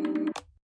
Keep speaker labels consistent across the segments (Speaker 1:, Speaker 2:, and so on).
Speaker 1: 吗？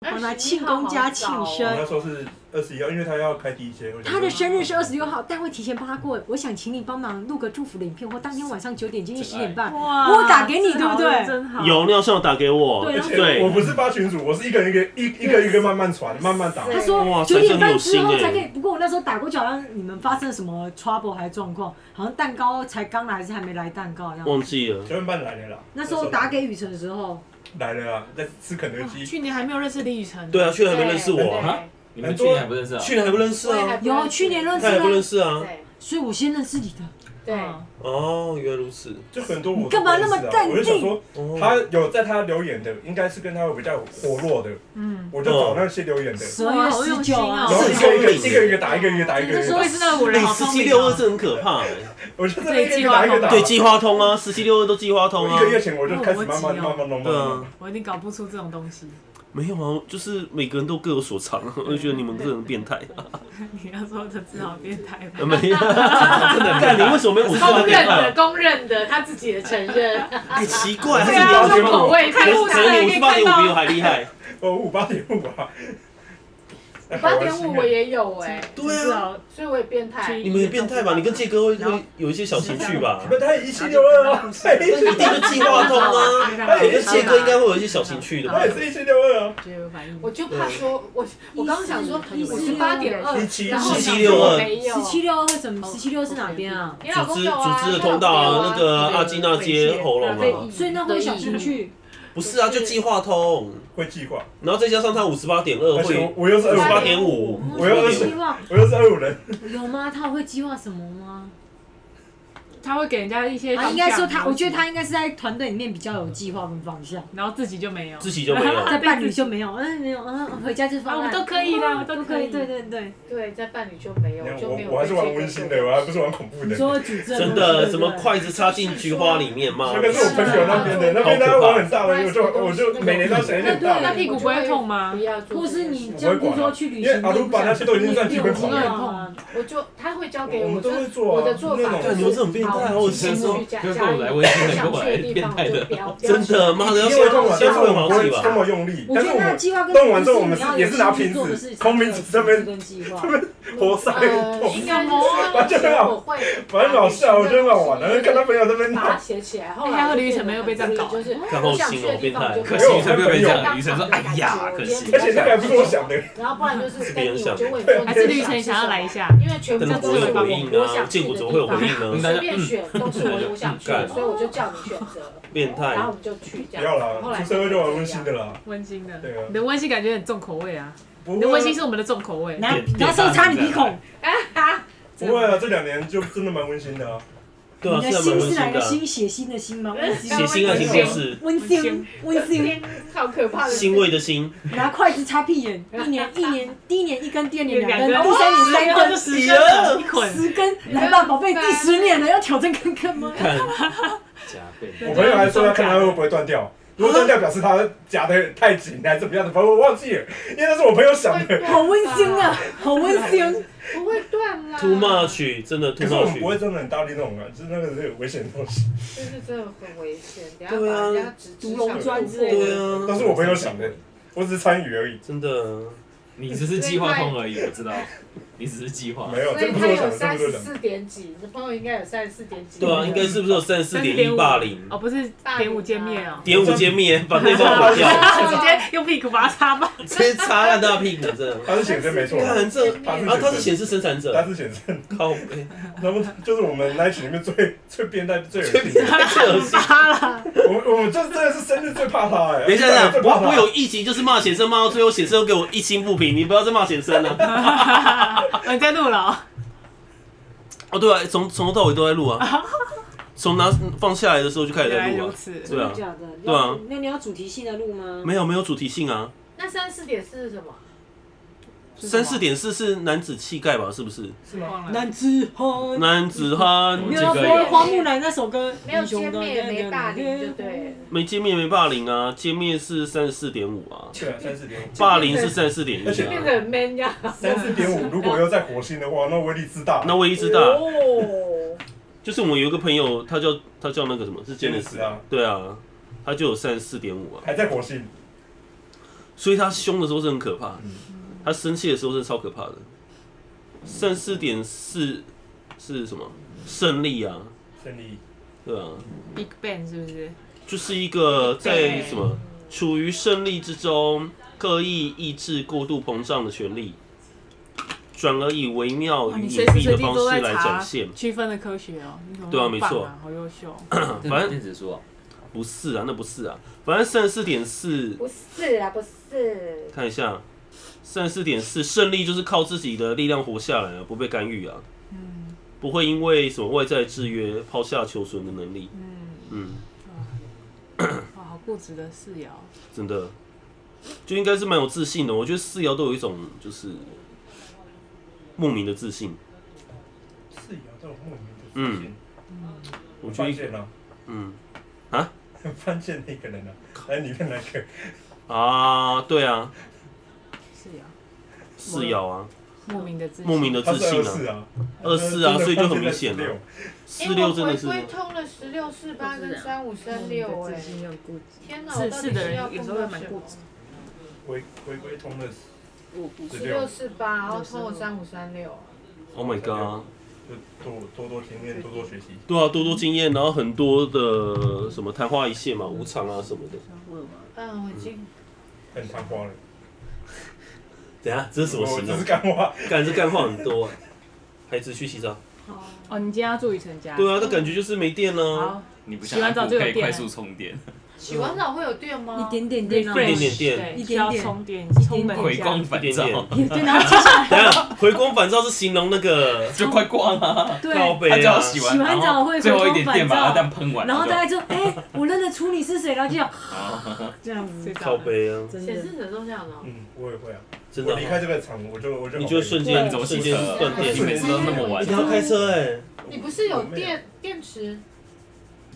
Speaker 2: 21
Speaker 1: 庆功加庆
Speaker 2: 号好哦早
Speaker 1: 生
Speaker 2: 对
Speaker 3: 哦我。那时候是二十一号，因为他要开第一间。我嗯想
Speaker 1: 他
Speaker 3: 说
Speaker 1: 的生日是二十六号，但会提前帮他过。我想请你帮忙录个祝福的影片，或当天晚上九点接近十点半。
Speaker 2: 哇
Speaker 1: 我打给你
Speaker 2: 真好
Speaker 1: 对不对
Speaker 2: 真好，
Speaker 4: 有，你好像有打给我，
Speaker 1: 对
Speaker 3: 而
Speaker 1: 然后
Speaker 3: 且我不是发群主，我是一个人一个一一个一个慢慢传，慢慢打。
Speaker 1: 他说
Speaker 4: 哇
Speaker 1: 九
Speaker 4: 塞
Speaker 1: 点半之
Speaker 4: 真
Speaker 1: 后
Speaker 4: 有心欸
Speaker 1: 才可以。不过我那时候打过去，好像你们发生了什么 trouble 还是状况，好像蛋糕才刚来还是还没来蛋糕一样。
Speaker 4: 忘记了
Speaker 3: 九。点半来了啦。
Speaker 1: 那时候打给雨辰的时候，
Speaker 3: 来了啊，在吃肯德基，
Speaker 2: 去年还没有认识李宇辰，
Speaker 4: 对啊，去年还没认识我啊，
Speaker 5: 啊你们去年还不认识啊？
Speaker 4: 去年还不认识
Speaker 2: 我也还
Speaker 4: 啊，
Speaker 2: 不
Speaker 1: 有去年认识
Speaker 4: 他也不认
Speaker 1: 的，
Speaker 4: 识啊。
Speaker 2: 对
Speaker 1: 所以我先认识你的。
Speaker 2: 对，
Speaker 1: 嗯
Speaker 4: 哦，原来如此。
Speaker 3: 就很多我都
Speaker 1: 你干嘛那么
Speaker 3: 不认识啊
Speaker 1: 淡定
Speaker 3: 我就想说，
Speaker 4: 哦
Speaker 3: 他有在他留言的，应该是跟他比较活络的，
Speaker 2: 嗯，
Speaker 3: 我就找那些留言的，
Speaker 1: 十二月
Speaker 2: 哇好
Speaker 1: 十
Speaker 2: 用心
Speaker 1: 九
Speaker 2: 哦
Speaker 1: 啊
Speaker 3: 然，后一个一个
Speaker 4: 是
Speaker 3: 一个一个打，一个一个打，一个
Speaker 2: 那
Speaker 3: 一个
Speaker 2: 时候
Speaker 3: 打
Speaker 2: 也，是那五人
Speaker 4: 你
Speaker 2: 好
Speaker 4: 十
Speaker 2: 聪
Speaker 4: 七
Speaker 2: 明
Speaker 4: 六二
Speaker 2: 哦，
Speaker 4: 真的很可怕欸，
Speaker 3: 我就在一个一个打，一个打。
Speaker 4: 对，计划通啊，十七六二都计划通
Speaker 3: 我
Speaker 4: 啊
Speaker 3: 一。个月前我就开始慢慢
Speaker 2: 哦
Speaker 3: 慢慢弄，慢慢弄
Speaker 4: 对啊，
Speaker 2: 我一定搞不出这种东西。
Speaker 4: 没有啊，就是每个人都各有所长，啊我就觉得你们这人变态。
Speaker 2: 你要说的只好变态吧。
Speaker 4: 啊没有，真的。但你为什么没有五十
Speaker 2: 公
Speaker 4: 万给
Speaker 2: 认
Speaker 4: 他
Speaker 2: 的，？公认的，他自己也承 认。
Speaker 4: 哎，奇怪，他
Speaker 2: 对
Speaker 4: 是
Speaker 2: 啊，
Speaker 4: 五八
Speaker 2: 这
Speaker 4: 点
Speaker 2: 口
Speaker 4: 五，
Speaker 2: 味看路
Speaker 4: 可
Speaker 2: 上
Speaker 4: 能
Speaker 2: 也
Speaker 4: 五
Speaker 2: 可
Speaker 4: 十
Speaker 2: 以
Speaker 4: 八点
Speaker 2: 看
Speaker 4: 五比我
Speaker 2: 到。
Speaker 4: 还厉害。
Speaker 3: 哎我五八点五啊，五
Speaker 2: 八点五我也有哎、
Speaker 4: 对啊
Speaker 2: 是哦，所以我也变态。
Speaker 4: 你们也变态吧？你跟杰哥会会有一些小情绪吧
Speaker 3: 你？们太一七六二了，太一
Speaker 4: 那
Speaker 3: 七
Speaker 4: 一定就计划通啊。
Speaker 3: 哎
Speaker 4: 你跟杰哥应该会有一些小情绪的吧
Speaker 3: 我？也是一七六二啊，
Speaker 2: 绝无反应。我 就怕说，我我刚刚想说
Speaker 1: 一四
Speaker 2: 五十八点二，
Speaker 3: 17
Speaker 2: 哦然后想
Speaker 4: 1762
Speaker 2: 说没有哦
Speaker 1: 十。七六二什么？十七六是哪边啊？
Speaker 2: 你老
Speaker 4: 组
Speaker 2: 公
Speaker 4: 织
Speaker 2: 有
Speaker 4: 组
Speaker 2: 啊
Speaker 4: 织的通道啊，那个
Speaker 2: 对
Speaker 4: 阿基那街喉咙啊，
Speaker 1: 所以那会有小情绪，
Speaker 4: 不是啊，就计划通，
Speaker 3: 会计划，
Speaker 4: 然后再加上他五十八点二
Speaker 3: 而且
Speaker 4: 会
Speaker 3: 我我又是二
Speaker 4: 二
Speaker 3: 五
Speaker 4: 十八
Speaker 3: 八，
Speaker 4: 点五，
Speaker 3: 我要二十
Speaker 1: 计划
Speaker 3: 我又是二五人，
Speaker 1: 有吗？他会计划什么吗？
Speaker 6: 他会给人家一些
Speaker 1: 啊，应该说他，我觉得，他应该是在团队里面比较有计划跟方向，
Speaker 6: 然后自己就没有。
Speaker 4: 自己就没有。
Speaker 1: 在伴侣就没有，嗯，没有，嗯，回家就放
Speaker 6: 啊，我
Speaker 1: 烂。
Speaker 6: 都可以啦，我
Speaker 1: 都
Speaker 6: 都
Speaker 1: 可
Speaker 6: 可
Speaker 1: 以，
Speaker 6: 以。
Speaker 1: 对对对。
Speaker 2: 对，在伴侣就没有，就没有。
Speaker 3: 我我还是玩温馨的，我还不是玩恐怖
Speaker 1: 你
Speaker 3: 的。
Speaker 1: 说主持人对
Speaker 4: 真的，
Speaker 1: 对
Speaker 4: 什么筷子插进菊花里面吗
Speaker 3: 那？个是我朋友那边的，那边他玩很大的，我就我就每年都想一点大
Speaker 6: 那
Speaker 3: 的。
Speaker 6: 啊屁股不会痛吗
Speaker 2: 不？要做这
Speaker 1: 或
Speaker 2: 件事
Speaker 1: 是你就
Speaker 3: 我
Speaker 1: 不
Speaker 3: 会管
Speaker 1: 说
Speaker 3: 啊
Speaker 1: 去旅
Speaker 3: 因为
Speaker 1: 行，
Speaker 3: 阿鲁巴那些都已经算基本款
Speaker 1: 了。
Speaker 2: 了
Speaker 1: 啊
Speaker 2: 我就他会教给
Speaker 3: 我
Speaker 2: 我，
Speaker 3: 们都会
Speaker 2: 就
Speaker 3: 做啊
Speaker 2: 我的做
Speaker 3: 那
Speaker 2: 法
Speaker 3: 种
Speaker 4: 对，
Speaker 2: 就是。
Speaker 4: 你们这种变态，好恶心哦！
Speaker 2: 加
Speaker 5: 不
Speaker 2: 加
Speaker 5: 要跟我来温馨的，跟我来变态的。
Speaker 4: 真的，妈的，要说痛啊，
Speaker 3: 但
Speaker 4: 要
Speaker 3: 是
Speaker 4: 说
Speaker 3: 我
Speaker 4: 有
Speaker 3: 们
Speaker 4: 毛
Speaker 3: 不会
Speaker 4: 巾
Speaker 3: 这
Speaker 4: 吧？
Speaker 3: 么用力，
Speaker 1: 我
Speaker 3: 但
Speaker 1: 觉
Speaker 3: 是
Speaker 1: 得那
Speaker 3: 我
Speaker 1: 计划跟
Speaker 3: 弄完之后我们
Speaker 1: 你要有
Speaker 3: 也是拿瓶子
Speaker 1: 做的事情
Speaker 3: 空瓶子这边
Speaker 1: 跟计划。
Speaker 3: 们活塞痛，
Speaker 2: 应该完
Speaker 3: 全很好
Speaker 2: 会，
Speaker 3: 反正老是啊，我觉得蛮好玩的，看他朋友这边
Speaker 2: 把它
Speaker 3: 打。
Speaker 2: 写起来，后来
Speaker 6: 哎呀
Speaker 2: 我就
Speaker 6: 李宇
Speaker 2: 变
Speaker 6: 晨
Speaker 2: 得
Speaker 6: 没有
Speaker 2: 很
Speaker 6: 被这样
Speaker 2: 自
Speaker 6: 搞
Speaker 2: 律就是
Speaker 4: 看
Speaker 2: 我
Speaker 4: 好
Speaker 2: 想
Speaker 4: 心
Speaker 2: 去
Speaker 4: 哦
Speaker 2: 的地
Speaker 4: 变
Speaker 2: 方
Speaker 4: 态
Speaker 2: 我就
Speaker 5: 可惜才没
Speaker 2: 会去
Speaker 5: 有被这样，女生说：“哎呀，可惜。”
Speaker 3: 而且那个还不是我想的，
Speaker 2: 然后不然就是跟你，我就问你
Speaker 3: 对
Speaker 2: 说，
Speaker 6: 还是绿城想要来一下？
Speaker 2: 因为全部
Speaker 4: 但
Speaker 2: 都
Speaker 4: 是
Speaker 2: 是
Speaker 4: 不会有回应
Speaker 2: 我
Speaker 4: 啊，
Speaker 2: 想
Speaker 4: 建
Speaker 2: 去
Speaker 4: 国
Speaker 2: 的
Speaker 4: 怎
Speaker 2: 地
Speaker 4: 么
Speaker 2: 方，
Speaker 4: 会有回应呢？
Speaker 2: 随便选都是我我想去的，所以我就叫你选择，
Speaker 4: 变
Speaker 2: 然后
Speaker 4: 态
Speaker 2: 我，们就去这
Speaker 3: 不
Speaker 2: 样。
Speaker 3: 要啦，出社会就玩温馨的啦。
Speaker 6: 温馨的，
Speaker 3: 对啊
Speaker 6: 你的温馨感觉很重口味啊！
Speaker 3: 不
Speaker 6: 你的温
Speaker 3: 会
Speaker 6: 馨是我们的重口味。
Speaker 1: 拿拿手插你鼻孔，
Speaker 3: 不会啊，这两年就真的蛮温馨的啊。
Speaker 4: 对啊，
Speaker 1: 你的
Speaker 4: 是还
Speaker 1: 心
Speaker 4: 蛮温
Speaker 1: 是哪
Speaker 4: 馨
Speaker 1: 个
Speaker 4: 的啊。
Speaker 1: 心？血腥的心吗？温馨
Speaker 4: 啊写信爱情
Speaker 3: 心
Speaker 4: 电视，
Speaker 1: 温馨温馨，
Speaker 2: 好可怕的，
Speaker 4: 欣慰的心，
Speaker 1: 拿筷子插屁 眼，一年一年，第一年一根，第二年两
Speaker 6: 两
Speaker 1: 根，
Speaker 6: 根
Speaker 1: 第三年三
Speaker 6: 然后
Speaker 1: 根
Speaker 6: 就。十根了，一捆。
Speaker 1: 十根，来吧，宝贝，第十年了，要挑战看看吗？
Speaker 4: 看
Speaker 5: 加倍。
Speaker 3: 我朋友还说要看他会不会断掉，如果断掉表示他夹的太紧还是怎么样的，反正我忘记了，因为那是我朋友想的。
Speaker 1: 好温馨啊，好温馨。
Speaker 2: 不会断啦。
Speaker 4: too much，真的 too
Speaker 3: 可是我们不会
Speaker 4: much。
Speaker 3: 真的很大力那种啊，就是那个是有危险的东西。
Speaker 2: 就是真的很危险，等下
Speaker 4: 对
Speaker 2: 把
Speaker 4: 啊
Speaker 2: 人家直
Speaker 1: 独龙砖之类的
Speaker 4: 对
Speaker 3: 那
Speaker 2: 嗯
Speaker 4: 啊，
Speaker 3: 是我朋友想的，我只是参与而已，
Speaker 4: 真的。
Speaker 5: 你只是计划通而已，我知道。你只是计划
Speaker 3: 没。有，
Speaker 2: 哦所
Speaker 3: 这
Speaker 2: 以
Speaker 3: 不是
Speaker 2: 他
Speaker 3: 我想的，
Speaker 2: 有
Speaker 3: 这
Speaker 2: 三
Speaker 3: 不
Speaker 2: 十
Speaker 3: 是我想的。
Speaker 2: 四点几，你朋友应该有三十四点几。
Speaker 4: 对啊，应该是不是有三十四点一霸凌？
Speaker 6: 哦，不是点五歼灭哦，
Speaker 4: 点五歼灭，把对方打掉，
Speaker 6: 直接用屁股把它 插爆。
Speaker 4: 直接插烂他屁股，真的。
Speaker 3: 他是显身没错啊，
Speaker 4: 看这
Speaker 3: 他是
Speaker 4: 啊，他是显示生产
Speaker 3: 他
Speaker 4: 者，
Speaker 3: 是显身，
Speaker 2: 嗯
Speaker 4: 靠背，
Speaker 3: 然后就是我们那一群里面最最变态、最恶
Speaker 4: 这
Speaker 3: 心
Speaker 4: 边太恶心。
Speaker 3: 的。我们我们就真的是生日最怕他哎。
Speaker 4: 等一下，等
Speaker 3: 最
Speaker 4: 一下，
Speaker 3: 怕
Speaker 4: 我我
Speaker 3: 他。
Speaker 4: 有一集就是骂显生，骂到最后显生又给我一星不平，你不要再骂显生了。
Speaker 6: 你在录了哦，
Speaker 4: 哦，对啊，从从头到尾都在 录啊，从拿放下来的时候就开始
Speaker 6: 原
Speaker 4: 在
Speaker 6: 来
Speaker 4: 录
Speaker 6: 如
Speaker 4: 啊。
Speaker 6: 此。
Speaker 4: 对啊，
Speaker 1: 假的？
Speaker 4: 对啊
Speaker 1: 那你要主题性的录吗？
Speaker 4: 没有没有主题性啊，
Speaker 2: 那三四点是什么？
Speaker 4: 三四点四是男子气概吧？是不是？
Speaker 2: 是吗？
Speaker 1: 男子
Speaker 6: 嗯
Speaker 1: 汉。
Speaker 4: 男子汉
Speaker 1: 没有啊
Speaker 6: 啊
Speaker 5: 这个
Speaker 1: 说花木兰那首歌，
Speaker 2: 没有见面，没霸凌，就对了。
Speaker 4: 没歼灭没霸凌啊，歼灭是三十四点五啊，
Speaker 3: 对啊，三四点五，
Speaker 4: 霸凌是三十四点一
Speaker 3: 而且
Speaker 2: 变
Speaker 4: 啊
Speaker 2: 得。很 man 呀。
Speaker 3: 三四点五，如果要在火星的话，那威力之大。
Speaker 4: 那我也知道，
Speaker 2: 哦，
Speaker 4: 就是我们有一个朋友，他叫他叫那个什么，是 j e n n i
Speaker 3: Janice 啊
Speaker 4: 对啊，他就有三十四点五啊，
Speaker 3: 还在火星，
Speaker 4: 所以他凶的时候是很可怕，他生气的时候是超可怕的。胜四点四是什么？胜利啊，
Speaker 3: 胜利，
Speaker 4: 对啊，
Speaker 6: Big Bang 是不是？
Speaker 4: 就是一个在什么处于胜利之中，刻意抑制过度膨胀的权利，转而以微妙
Speaker 6: 哇，
Speaker 4: 与
Speaker 6: 哦你
Speaker 4: 隐
Speaker 6: 随时
Speaker 4: 蔽
Speaker 6: 随
Speaker 4: 的
Speaker 6: 地
Speaker 4: 方
Speaker 6: 都
Speaker 4: 式
Speaker 6: 在
Speaker 4: 来
Speaker 6: 查
Speaker 4: 展现。
Speaker 6: 区分的科学哦，你怎么
Speaker 4: 对啊
Speaker 6: 那么棒
Speaker 4: 没错
Speaker 6: 好优 秀。
Speaker 4: 反正
Speaker 5: 电子书哦，
Speaker 4: 不是啊，那不是啊，反正胜四点四，
Speaker 2: 不是啊，不是。
Speaker 4: 看一下，胜四点四，胜利就是靠自己的力量活下来啊，不被干预啊，不会因为什么外在制约抛下求存的能力，
Speaker 6: 嗯，
Speaker 4: 嗯，
Speaker 6: 哇，好固执的室友。
Speaker 4: 真的就应该是蛮有自信的。我觉得四爻都有一种就是莫名的自信，
Speaker 3: 是有这种莫名的
Speaker 4: 嗯
Speaker 3: 自信，
Speaker 4: 我觉
Speaker 3: 发
Speaker 4: 得
Speaker 3: 现了，
Speaker 4: 嗯
Speaker 3: 发现那个人了，哎，里面那个
Speaker 4: 啊，对啊，
Speaker 6: 室友，
Speaker 4: 四爻啊，
Speaker 6: 莫名的自信，
Speaker 4: 莫名的
Speaker 3: 他
Speaker 4: 自
Speaker 3: 是二
Speaker 4: 信
Speaker 3: 四
Speaker 4: 啊，
Speaker 3: 啊，
Speaker 4: 24啊
Speaker 3: 他是真的
Speaker 4: 所以就
Speaker 3: 放
Speaker 4: 很
Speaker 3: 进
Speaker 4: 明
Speaker 3: 了
Speaker 4: 显了
Speaker 3: 16
Speaker 4: 四六真的是
Speaker 2: 我回归通了十六四八跟三五
Speaker 7: 嗯
Speaker 2: 三六，哎，
Speaker 7: 又固执，
Speaker 2: 天哪，
Speaker 6: 自
Speaker 2: 我到
Speaker 6: 私
Speaker 2: 底
Speaker 6: 的
Speaker 2: 是要
Speaker 6: 人有
Speaker 2: 碰
Speaker 7: 时候会
Speaker 2: 到
Speaker 7: 蛮
Speaker 2: 什
Speaker 7: 固
Speaker 2: 么？
Speaker 7: 执
Speaker 3: 回回归通了
Speaker 7: 我固
Speaker 3: 十
Speaker 2: 十
Speaker 3: 六
Speaker 2: 六，四八，然后通了三五三六，
Speaker 4: ，Oh my god。
Speaker 3: 就多多多经验，多多学习。
Speaker 4: 对啊，多多经验，然后很多的什么昙花一现嘛，无常啊什么的。
Speaker 2: 嗯，我已经
Speaker 3: 很昙花了，
Speaker 4: 等一下，这是什么啊
Speaker 3: 我
Speaker 4: 形
Speaker 3: 这
Speaker 4: 容
Speaker 3: 是？干话。
Speaker 4: 感觉干话很多、啊。孩子去洗澡。
Speaker 6: 哦，你今天要住雨辰家？
Speaker 4: 对啊，那感觉就是没电了、啊。
Speaker 6: 好，
Speaker 5: 你不
Speaker 6: 洗
Speaker 5: 像
Speaker 6: 完
Speaker 5: 安
Speaker 6: 澡
Speaker 5: 古
Speaker 6: 就有
Speaker 5: 可以
Speaker 6: 电
Speaker 5: 快
Speaker 6: 了
Speaker 5: 速充电，
Speaker 2: 洗完澡会有电吗？
Speaker 7: 一点点电啊，
Speaker 4: 一点点电
Speaker 6: 对，
Speaker 7: 一点点
Speaker 6: 需要充电，充 能
Speaker 5: 回
Speaker 6: 一下
Speaker 5: 光。返
Speaker 4: 一点点
Speaker 5: 照，
Speaker 7: 对，然后接下来
Speaker 4: 等一下，回光返照是形容那个
Speaker 5: 就快挂了。
Speaker 7: 对，
Speaker 4: 靠
Speaker 5: 他
Speaker 4: 背
Speaker 5: 叫
Speaker 4: 啊
Speaker 5: 我。洗完，
Speaker 7: 洗完
Speaker 5: 然
Speaker 7: 澡
Speaker 5: 后
Speaker 7: 会
Speaker 5: 最后一
Speaker 7: 回
Speaker 5: 点
Speaker 7: 光
Speaker 5: 电
Speaker 7: 返
Speaker 5: 把它
Speaker 7: 照
Speaker 5: 蛋，喷完，
Speaker 7: 然后
Speaker 5: 就
Speaker 7: 大家就哎，我认得出你是谁，然后就这样这样子
Speaker 6: 睡，着
Speaker 4: 靠
Speaker 6: 了
Speaker 4: 背啊，
Speaker 7: 真
Speaker 2: 显
Speaker 7: 的
Speaker 2: 示者都这样的哦。
Speaker 3: 嗯，我也会啊。
Speaker 4: 真的
Speaker 3: 我离。开这个场，我就我就
Speaker 4: 你就瞬间
Speaker 5: 你怎么
Speaker 4: 瞬
Speaker 5: 洗
Speaker 4: 间
Speaker 5: 车？
Speaker 4: 断电
Speaker 5: 你？每次都那么晚
Speaker 4: 你，要开车哎、
Speaker 2: 你不是有电电池？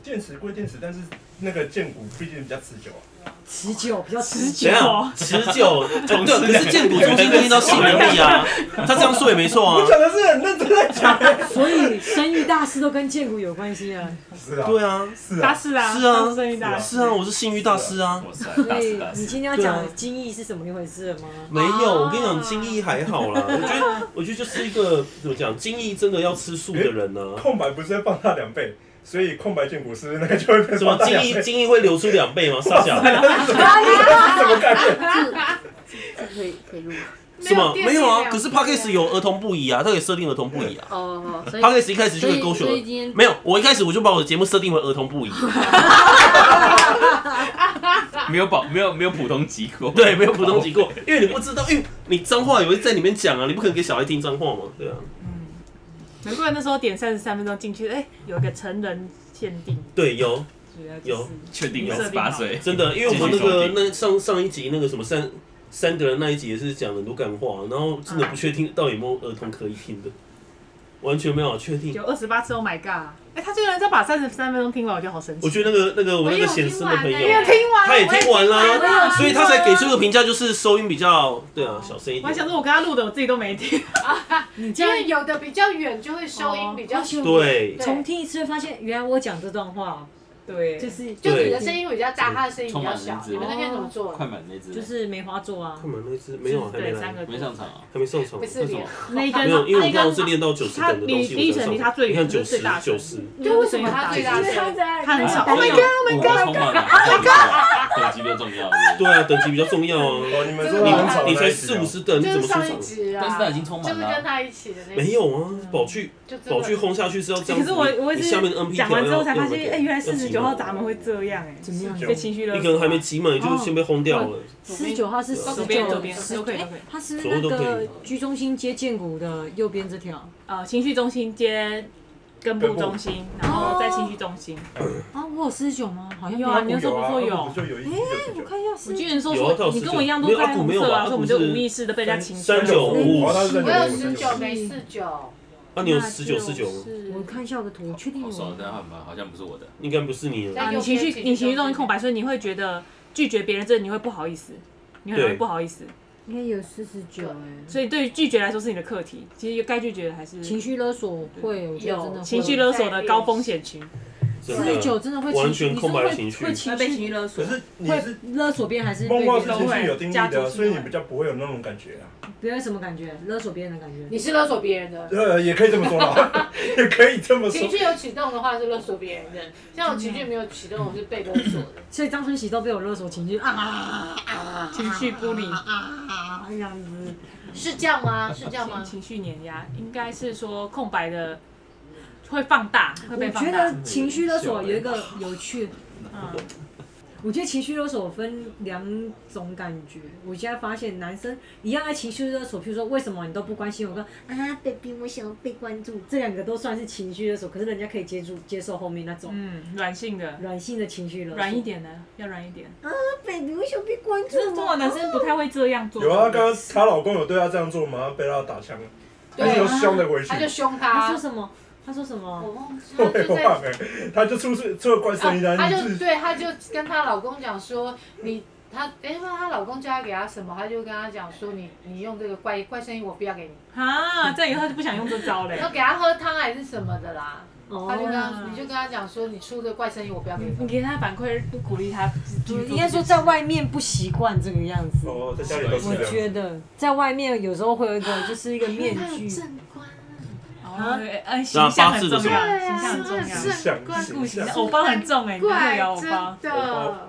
Speaker 3: 电池归电池，但是那个剑骨毕竟比较持久啊。
Speaker 7: 持久比较
Speaker 6: 持
Speaker 7: 持久，
Speaker 4: 怎样？持 久？哎对，可是建股中心对应到性能力啊，他这样说也没错啊
Speaker 3: 我。讲的是很认真在讲。
Speaker 7: 所以生育大师都跟剑骨有关系啊。
Speaker 3: 是啊，
Speaker 4: 对啊，
Speaker 3: 是
Speaker 6: 他
Speaker 3: 啊，
Speaker 6: 是啊，
Speaker 4: 是啊
Speaker 6: 他生意大师。
Speaker 4: 是啊，我是性欲大师啊。
Speaker 5: 哇塞，
Speaker 7: 所
Speaker 5: 打
Speaker 7: 以
Speaker 5: 死打
Speaker 7: 你
Speaker 5: 死！
Speaker 7: 今天要讲的精益是怎么一回事了吗？
Speaker 4: 没有，
Speaker 2: 啊
Speaker 4: 我跟你讲，精益还好啦。我觉得，我觉得就是一个怎么讲，精益真的要吃素的 人啊呢、
Speaker 3: 空白不是会放大两倍，所以空白剑骨是不是那个就会被
Speaker 4: 什么
Speaker 3: 放大
Speaker 4: 精
Speaker 3: 两
Speaker 4: 益
Speaker 3: 倍？
Speaker 4: 精益会流出两倍吗？傻小孩
Speaker 3: 什么概念？
Speaker 7: 这可以可以录
Speaker 4: 是吗？
Speaker 2: 没有
Speaker 4: 没有啊，
Speaker 2: 电
Speaker 4: 可是 p a c k a s e 有儿童不宜啊，它可以设定儿童不宜啊。
Speaker 7: 哦，所
Speaker 4: p a c k a s e 一开始就会勾选
Speaker 7: 所以所以今天
Speaker 4: 没有，我一开始我就把我的节目设定为儿童不宜，
Speaker 5: 没有保，没有没有普通级过，
Speaker 4: 对，没有普通级过，因为你不知道，因为你脏话也会在里面讲啊，你不可能给小孩听脏话嘛，对啊，
Speaker 6: 难怪那时候点三十三分钟进去，哎，有个成人限定，
Speaker 4: 对，有
Speaker 6: 主要就
Speaker 4: 有
Speaker 6: 是
Speaker 5: 确定有十八岁，
Speaker 4: 真的，因为我们那
Speaker 5: 继
Speaker 4: 个
Speaker 5: 续收听
Speaker 4: 那上上一集那个什么三三个人那一集也是讲很多干话，然后真
Speaker 5: 啊
Speaker 4: 的不确定到底有没有儿童可以听的，完全没有确定。
Speaker 6: 有二十八次，Oh my god！哎，他居然再把三十三分钟听完，我就好生气。
Speaker 4: 我觉得那个那个我那个
Speaker 2: 我也有
Speaker 4: 显
Speaker 2: 听
Speaker 4: 生的
Speaker 2: 完
Speaker 4: 朋友啊
Speaker 2: 欸我也有，
Speaker 6: 听完了，
Speaker 4: 他也听完
Speaker 2: 我也听完
Speaker 4: 啦，
Speaker 2: 了
Speaker 4: 所以他才给出一个评价，就是收音比较对啊，小声一
Speaker 6: 我还想
Speaker 4: 点。
Speaker 6: 说，我跟他录的我自己都没听。
Speaker 7: 你这
Speaker 2: 因
Speaker 7: 样
Speaker 2: 为有的比较远，就会收音比较
Speaker 7: 哦
Speaker 2: 小，
Speaker 4: 对，
Speaker 7: 重听一次，会发现原来我讲这段话
Speaker 6: 对
Speaker 7: 就
Speaker 6: 就是
Speaker 2: 就你
Speaker 4: 对
Speaker 2: 的声音会比较大，他的声音比较
Speaker 5: 充满
Speaker 2: 小
Speaker 5: 文。字
Speaker 2: 你们那
Speaker 7: 哦
Speaker 2: 天怎么做
Speaker 5: 快
Speaker 2: 的？
Speaker 5: 满那只，
Speaker 7: 就是梅花座啊
Speaker 4: 看，完那只没有啊还没
Speaker 6: 对三
Speaker 4: 来，
Speaker 6: 个
Speaker 5: 没上场啊，
Speaker 4: 还没上场
Speaker 2: 不。是脸，
Speaker 6: 那一根
Speaker 4: 没有，因为我
Speaker 6: 那一
Speaker 4: 刚刚
Speaker 6: 根
Speaker 4: 是练到九十等的东
Speaker 6: 他李
Speaker 4: 西，我
Speaker 6: 李宇
Speaker 4: 才
Speaker 6: 晨离
Speaker 4: 上
Speaker 6: 他最
Speaker 4: 场。你看
Speaker 6: 就
Speaker 4: 九
Speaker 6: 是最
Speaker 4: 十
Speaker 6: 大，声
Speaker 4: 九十，
Speaker 2: 对，为什么他最大
Speaker 6: 对
Speaker 2: 声？
Speaker 6: 他很少。Oh
Speaker 5: Oh
Speaker 6: my god！
Speaker 5: my god！充满了，Oh my god！等级比较重要，
Speaker 4: 对啊，等级比较重要啊。
Speaker 3: 哦，你们
Speaker 2: 真
Speaker 3: 说
Speaker 2: 的
Speaker 4: 你
Speaker 3: 很吵，
Speaker 4: 你才四五，十等，你
Speaker 2: 就
Speaker 4: 怎
Speaker 2: 是
Speaker 4: 么出
Speaker 2: 上一
Speaker 4: 场？
Speaker 2: 集啊，
Speaker 5: 但是他已经充
Speaker 2: 就
Speaker 5: 满
Speaker 2: 是
Speaker 5: 了
Speaker 2: 跟
Speaker 5: 啊，
Speaker 2: 他一起的那
Speaker 4: 没有啊，宝具
Speaker 2: 就真
Speaker 4: 宝具
Speaker 2: 的
Speaker 4: 轰下去是要这样
Speaker 6: 可
Speaker 4: 子。
Speaker 6: 是我我也
Speaker 4: 你
Speaker 6: 是
Speaker 4: 下面的 NP
Speaker 6: 讲完之后才发
Speaker 4: 条要
Speaker 6: 现，
Speaker 4: 要
Speaker 6: 哎，原来
Speaker 4: 要嗯
Speaker 6: 四十
Speaker 4: 挤
Speaker 6: 九号
Speaker 4: 满
Speaker 6: 闸门会哦这样，哎，
Speaker 7: 怎么样？
Speaker 6: 被情绪勒
Speaker 4: 你
Speaker 6: 索。
Speaker 4: 可能还没挤满，你就先被轰掉了。
Speaker 7: 四十九号是十
Speaker 6: 左
Speaker 7: 九
Speaker 6: 边左边都可以
Speaker 7: 哎
Speaker 6: 都可以
Speaker 7: 它是
Speaker 4: 左右
Speaker 7: 那
Speaker 4: 都可
Speaker 7: 个
Speaker 4: 以
Speaker 7: 居中心接建谷的右边这条
Speaker 6: 呃情绪中心接根部中心，然后再情绪中心。
Speaker 7: 啊，我有四十九吗？好像
Speaker 6: 有啊你
Speaker 7: 有
Speaker 6: 那时候不是说有
Speaker 3: 就有一集
Speaker 7: 我
Speaker 3: 有
Speaker 7: 看一下
Speaker 6: 我
Speaker 7: 四
Speaker 6: 记得你说
Speaker 4: 有啊他有
Speaker 6: 说你跟我一样都
Speaker 4: 没有
Speaker 6: 在
Speaker 4: 阿古
Speaker 6: 红
Speaker 4: 没有
Speaker 6: 色
Speaker 4: 吧
Speaker 6: 啊，
Speaker 4: 阿
Speaker 6: 所以
Speaker 4: 古
Speaker 6: 我们就是无意识的被
Speaker 2: 哎
Speaker 6: 人家情绪。
Speaker 4: 三九五五
Speaker 3: 我
Speaker 2: 我有十九没四九，
Speaker 4: 啊，你有十九四九吗？
Speaker 7: 我看一下我的图，我确定
Speaker 5: 好爽，
Speaker 7: 有
Speaker 5: 但好像好像不是我的，
Speaker 4: 应该不是你了。
Speaker 6: 啊，你情绪你情绪中心空白，所以你会觉得拒绝别人这你会不好意思，你很容易
Speaker 4: 对
Speaker 6: 不好意思。
Speaker 7: 应该有四十九哎。
Speaker 6: 所以对于拒绝来说是你的课题，其实该拒绝的还是
Speaker 7: 情绪勒索会，我觉得
Speaker 2: 有
Speaker 7: 真的会
Speaker 6: 情绪勒索的高风险群。
Speaker 4: 真
Speaker 1: 吃
Speaker 4: 的
Speaker 1: 酒真的会情
Speaker 4: 完
Speaker 1: 绪
Speaker 4: 全
Speaker 1: 你
Speaker 4: 空白的
Speaker 1: 是
Speaker 4: 情绪
Speaker 1: 会会
Speaker 7: 会
Speaker 1: 情
Speaker 7: 被
Speaker 1: 绪
Speaker 7: 情绪勒索
Speaker 3: 可。是你
Speaker 1: 会
Speaker 3: 是
Speaker 1: 勒索别人还是
Speaker 3: 梦
Speaker 1: 被
Speaker 3: 话
Speaker 1: 勒
Speaker 3: 是
Speaker 1: 索
Speaker 3: 情绪有定义
Speaker 6: 家族
Speaker 3: 的啊，
Speaker 6: 行为
Speaker 3: 所以你比较不会有那种感觉啊。
Speaker 1: 别人什么感觉？勒索别人的感觉？
Speaker 2: 你是勒索别人的。
Speaker 3: 呃，也可以这么说 吧，也可以这么说
Speaker 2: 情。绪有启动的话是勒索别人的，像我情绪没有启动，我是被勒索的。
Speaker 1: 所以张春喜都被我勒索情绪啊啊
Speaker 6: 情绪不理，
Speaker 1: 啊这样子，
Speaker 2: 是这样吗？是这样吗？
Speaker 6: 情绪碾压，应该是说空白的会放大，会被
Speaker 1: 我
Speaker 6: 放
Speaker 1: 觉
Speaker 6: 大。
Speaker 1: 得情绪勒索有一个有趣，
Speaker 6: 嗯，
Speaker 1: 啊我觉得情绪勒索分两种感觉。我现在发现男生一样在情绪勒索，譬如说为什么你都不关心我，跟啊 baby 我想要被关注，这两个都算是情绪勒索，可是人家可以接住接受后面那种
Speaker 6: 嗯，软性的，
Speaker 1: 软性的情绪勒索。
Speaker 6: 软一点的，要软一点。
Speaker 1: ，baby 我想被关注
Speaker 6: 可是中国男生不太会这样做。
Speaker 3: 有啊，刚刚她老公有对她这样做吗？被她打枪了，她
Speaker 2: 对啊
Speaker 3: 就凶了回去
Speaker 2: 他。就凶
Speaker 1: 他
Speaker 2: 他
Speaker 1: 说，什么？他说什么？
Speaker 2: 我忘记
Speaker 3: 我
Speaker 2: 他
Speaker 3: 也
Speaker 2: 就在
Speaker 3: 忘了，她就出去做怪声音
Speaker 2: 啊，她
Speaker 3: 啊，
Speaker 2: 就
Speaker 3: 你
Speaker 2: 对，她就跟她老公讲说，你她哎，那她老公叫她给她什么，她就跟她讲说，你你用这个怪怪声音，我不要给你，
Speaker 6: 啊，这样以后他就不想用这招嘞
Speaker 2: 要。给她喝汤还是什么的啦。
Speaker 1: 哦
Speaker 2: 她就跟她，你就跟她讲说，你出这个怪声音，我不要给你。
Speaker 6: 你给他反馈，不鼓励他。
Speaker 1: 应该说在外面不习惯这个样子。
Speaker 3: 哦，在家里都是
Speaker 1: 我
Speaker 3: 这样。
Speaker 1: 觉得在外面有时候会有一个就是一个面
Speaker 6: 啊
Speaker 1: 具，
Speaker 2: 官，
Speaker 6: 哦，对哎，形象很重要，
Speaker 4: 对
Speaker 6: 形象很重
Speaker 3: 啊
Speaker 6: 要。
Speaker 3: 是
Speaker 2: 正官
Speaker 3: 形
Speaker 6: 顾
Speaker 3: 象
Speaker 6: 形象，偶包很重哎，你会聊偶包
Speaker 2: 怪，真的。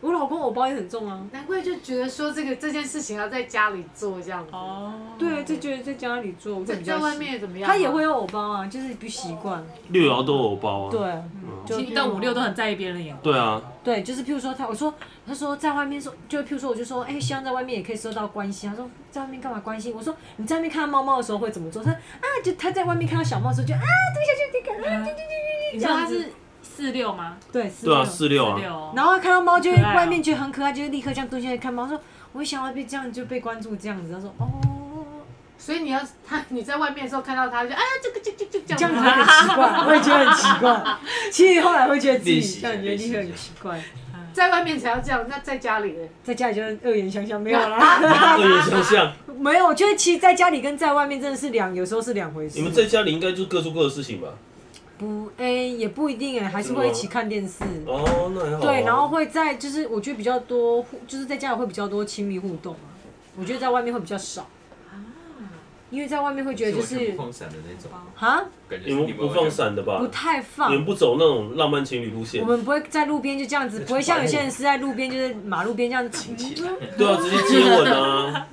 Speaker 1: 我老公偶包也很重啊。
Speaker 2: 难怪就觉得说这个这件事情要在家里做这样子，
Speaker 6: 哦，
Speaker 1: 对，就觉得在家里做会
Speaker 2: 在
Speaker 1: 比较
Speaker 2: 在
Speaker 1: 习
Speaker 2: 外，面怎么样啊？
Speaker 1: 他也会有偶包啊，就是不习惯。
Speaker 4: 六爻都有包啊。
Speaker 1: 对，
Speaker 3: 嗯
Speaker 1: 就
Speaker 6: 一哦到五六都很在意别人的眼光。
Speaker 4: 对啊，
Speaker 1: 对，就是譬如说他，我说他说在外面说，就譬如说我就说，哎、希望在外面也可以收到关心。他说在外面干嘛关心？我说你在外面看到猫猫的时候会怎么做？他说啊，就他在外面看到小猫的时候就啊，对小就这个，啊
Speaker 6: 你知道他是四六吗？
Speaker 1: 对，是
Speaker 4: 对啊，
Speaker 1: 那种
Speaker 4: 四六啊，
Speaker 6: 六。
Speaker 1: 然后看到猫就会
Speaker 6: 可爱哦
Speaker 1: 外面觉得很可爱，就会立刻这样蹲下来看猫，说我也想要被这样就被关注这样子。他说哦，
Speaker 2: 所以你要他你在外面的时候看到他就啊这个这个这个
Speaker 1: 这
Speaker 2: 这
Speaker 1: 样
Speaker 2: 样
Speaker 1: 子啊
Speaker 2: 子，
Speaker 1: 很奇怪，会觉得很奇怪。其实后来会觉得自己
Speaker 5: 练习一
Speaker 1: 这
Speaker 5: 下
Speaker 1: 样觉得
Speaker 5: 练习
Speaker 1: 立刻
Speaker 5: 一
Speaker 1: 很
Speaker 5: 下
Speaker 1: 奇怪，
Speaker 2: 在外面才要这样，那在家里呢？
Speaker 1: 在家里就是恶言相向，没有 啦，
Speaker 4: 恶言相向。
Speaker 1: 没有。我觉得其实在家里跟在外面真的是两，有时候是两回事。
Speaker 4: 你们在家里应该就各做各的事情吧？
Speaker 1: 不哎、也不一定哎、还是会一起看电视。
Speaker 4: 哦，那还好啊。
Speaker 1: 对，然后会在就是我觉得比较多互，就是在家里会比较多亲密互动啊。我觉得在外面会比较少，因为在外面会觉得就
Speaker 5: 完全
Speaker 1: 是
Speaker 5: 不放闪的那种，
Speaker 1: 啊
Speaker 5: 感觉
Speaker 4: 你
Speaker 5: 是
Speaker 4: 们不
Speaker 5: 完
Speaker 4: 放
Speaker 5: 全
Speaker 4: 闪的吧
Speaker 1: 不？太放
Speaker 4: 你。们不走那种浪漫情侣路线
Speaker 1: 我？们不会在路边就这样子，不会像有些人是在路边就是马路边这样子
Speaker 5: 亲戚
Speaker 4: 对啊，直接接吻 啊、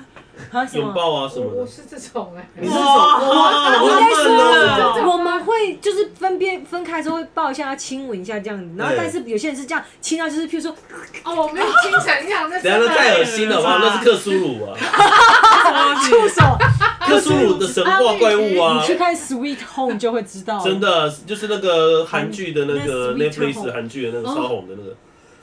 Speaker 1: 啊什
Speaker 4: 拥
Speaker 1: 么。啊
Speaker 4: 抱啊什
Speaker 2: 我
Speaker 4: 么
Speaker 2: 我
Speaker 4: 的。
Speaker 2: 是这种哎、
Speaker 4: 你是哇，好
Speaker 1: 应
Speaker 4: 浪
Speaker 1: 该
Speaker 4: 漫啊哦！
Speaker 1: 说，我们会就是分边分开之后会抱一下、亲吻一下这样子，然后
Speaker 4: 对
Speaker 1: 但是有些人是这样亲到，就是譬如说，
Speaker 2: 哦，我没有清晨这样，那
Speaker 4: 等一下
Speaker 2: 真
Speaker 4: 那太
Speaker 2: 的
Speaker 4: 恶心了吧？那是克苏鲁啊，
Speaker 1: 触手，
Speaker 4: 克苏鲁的神话怪物啊
Speaker 1: 你，去看《Sweet Home》就会知道。
Speaker 4: 真
Speaker 1: 的，
Speaker 4: 的就是那个韩剧的那个
Speaker 1: 那 Sweet
Speaker 4: Netflix
Speaker 1: Home
Speaker 4: 韩剧的那个超红的那个，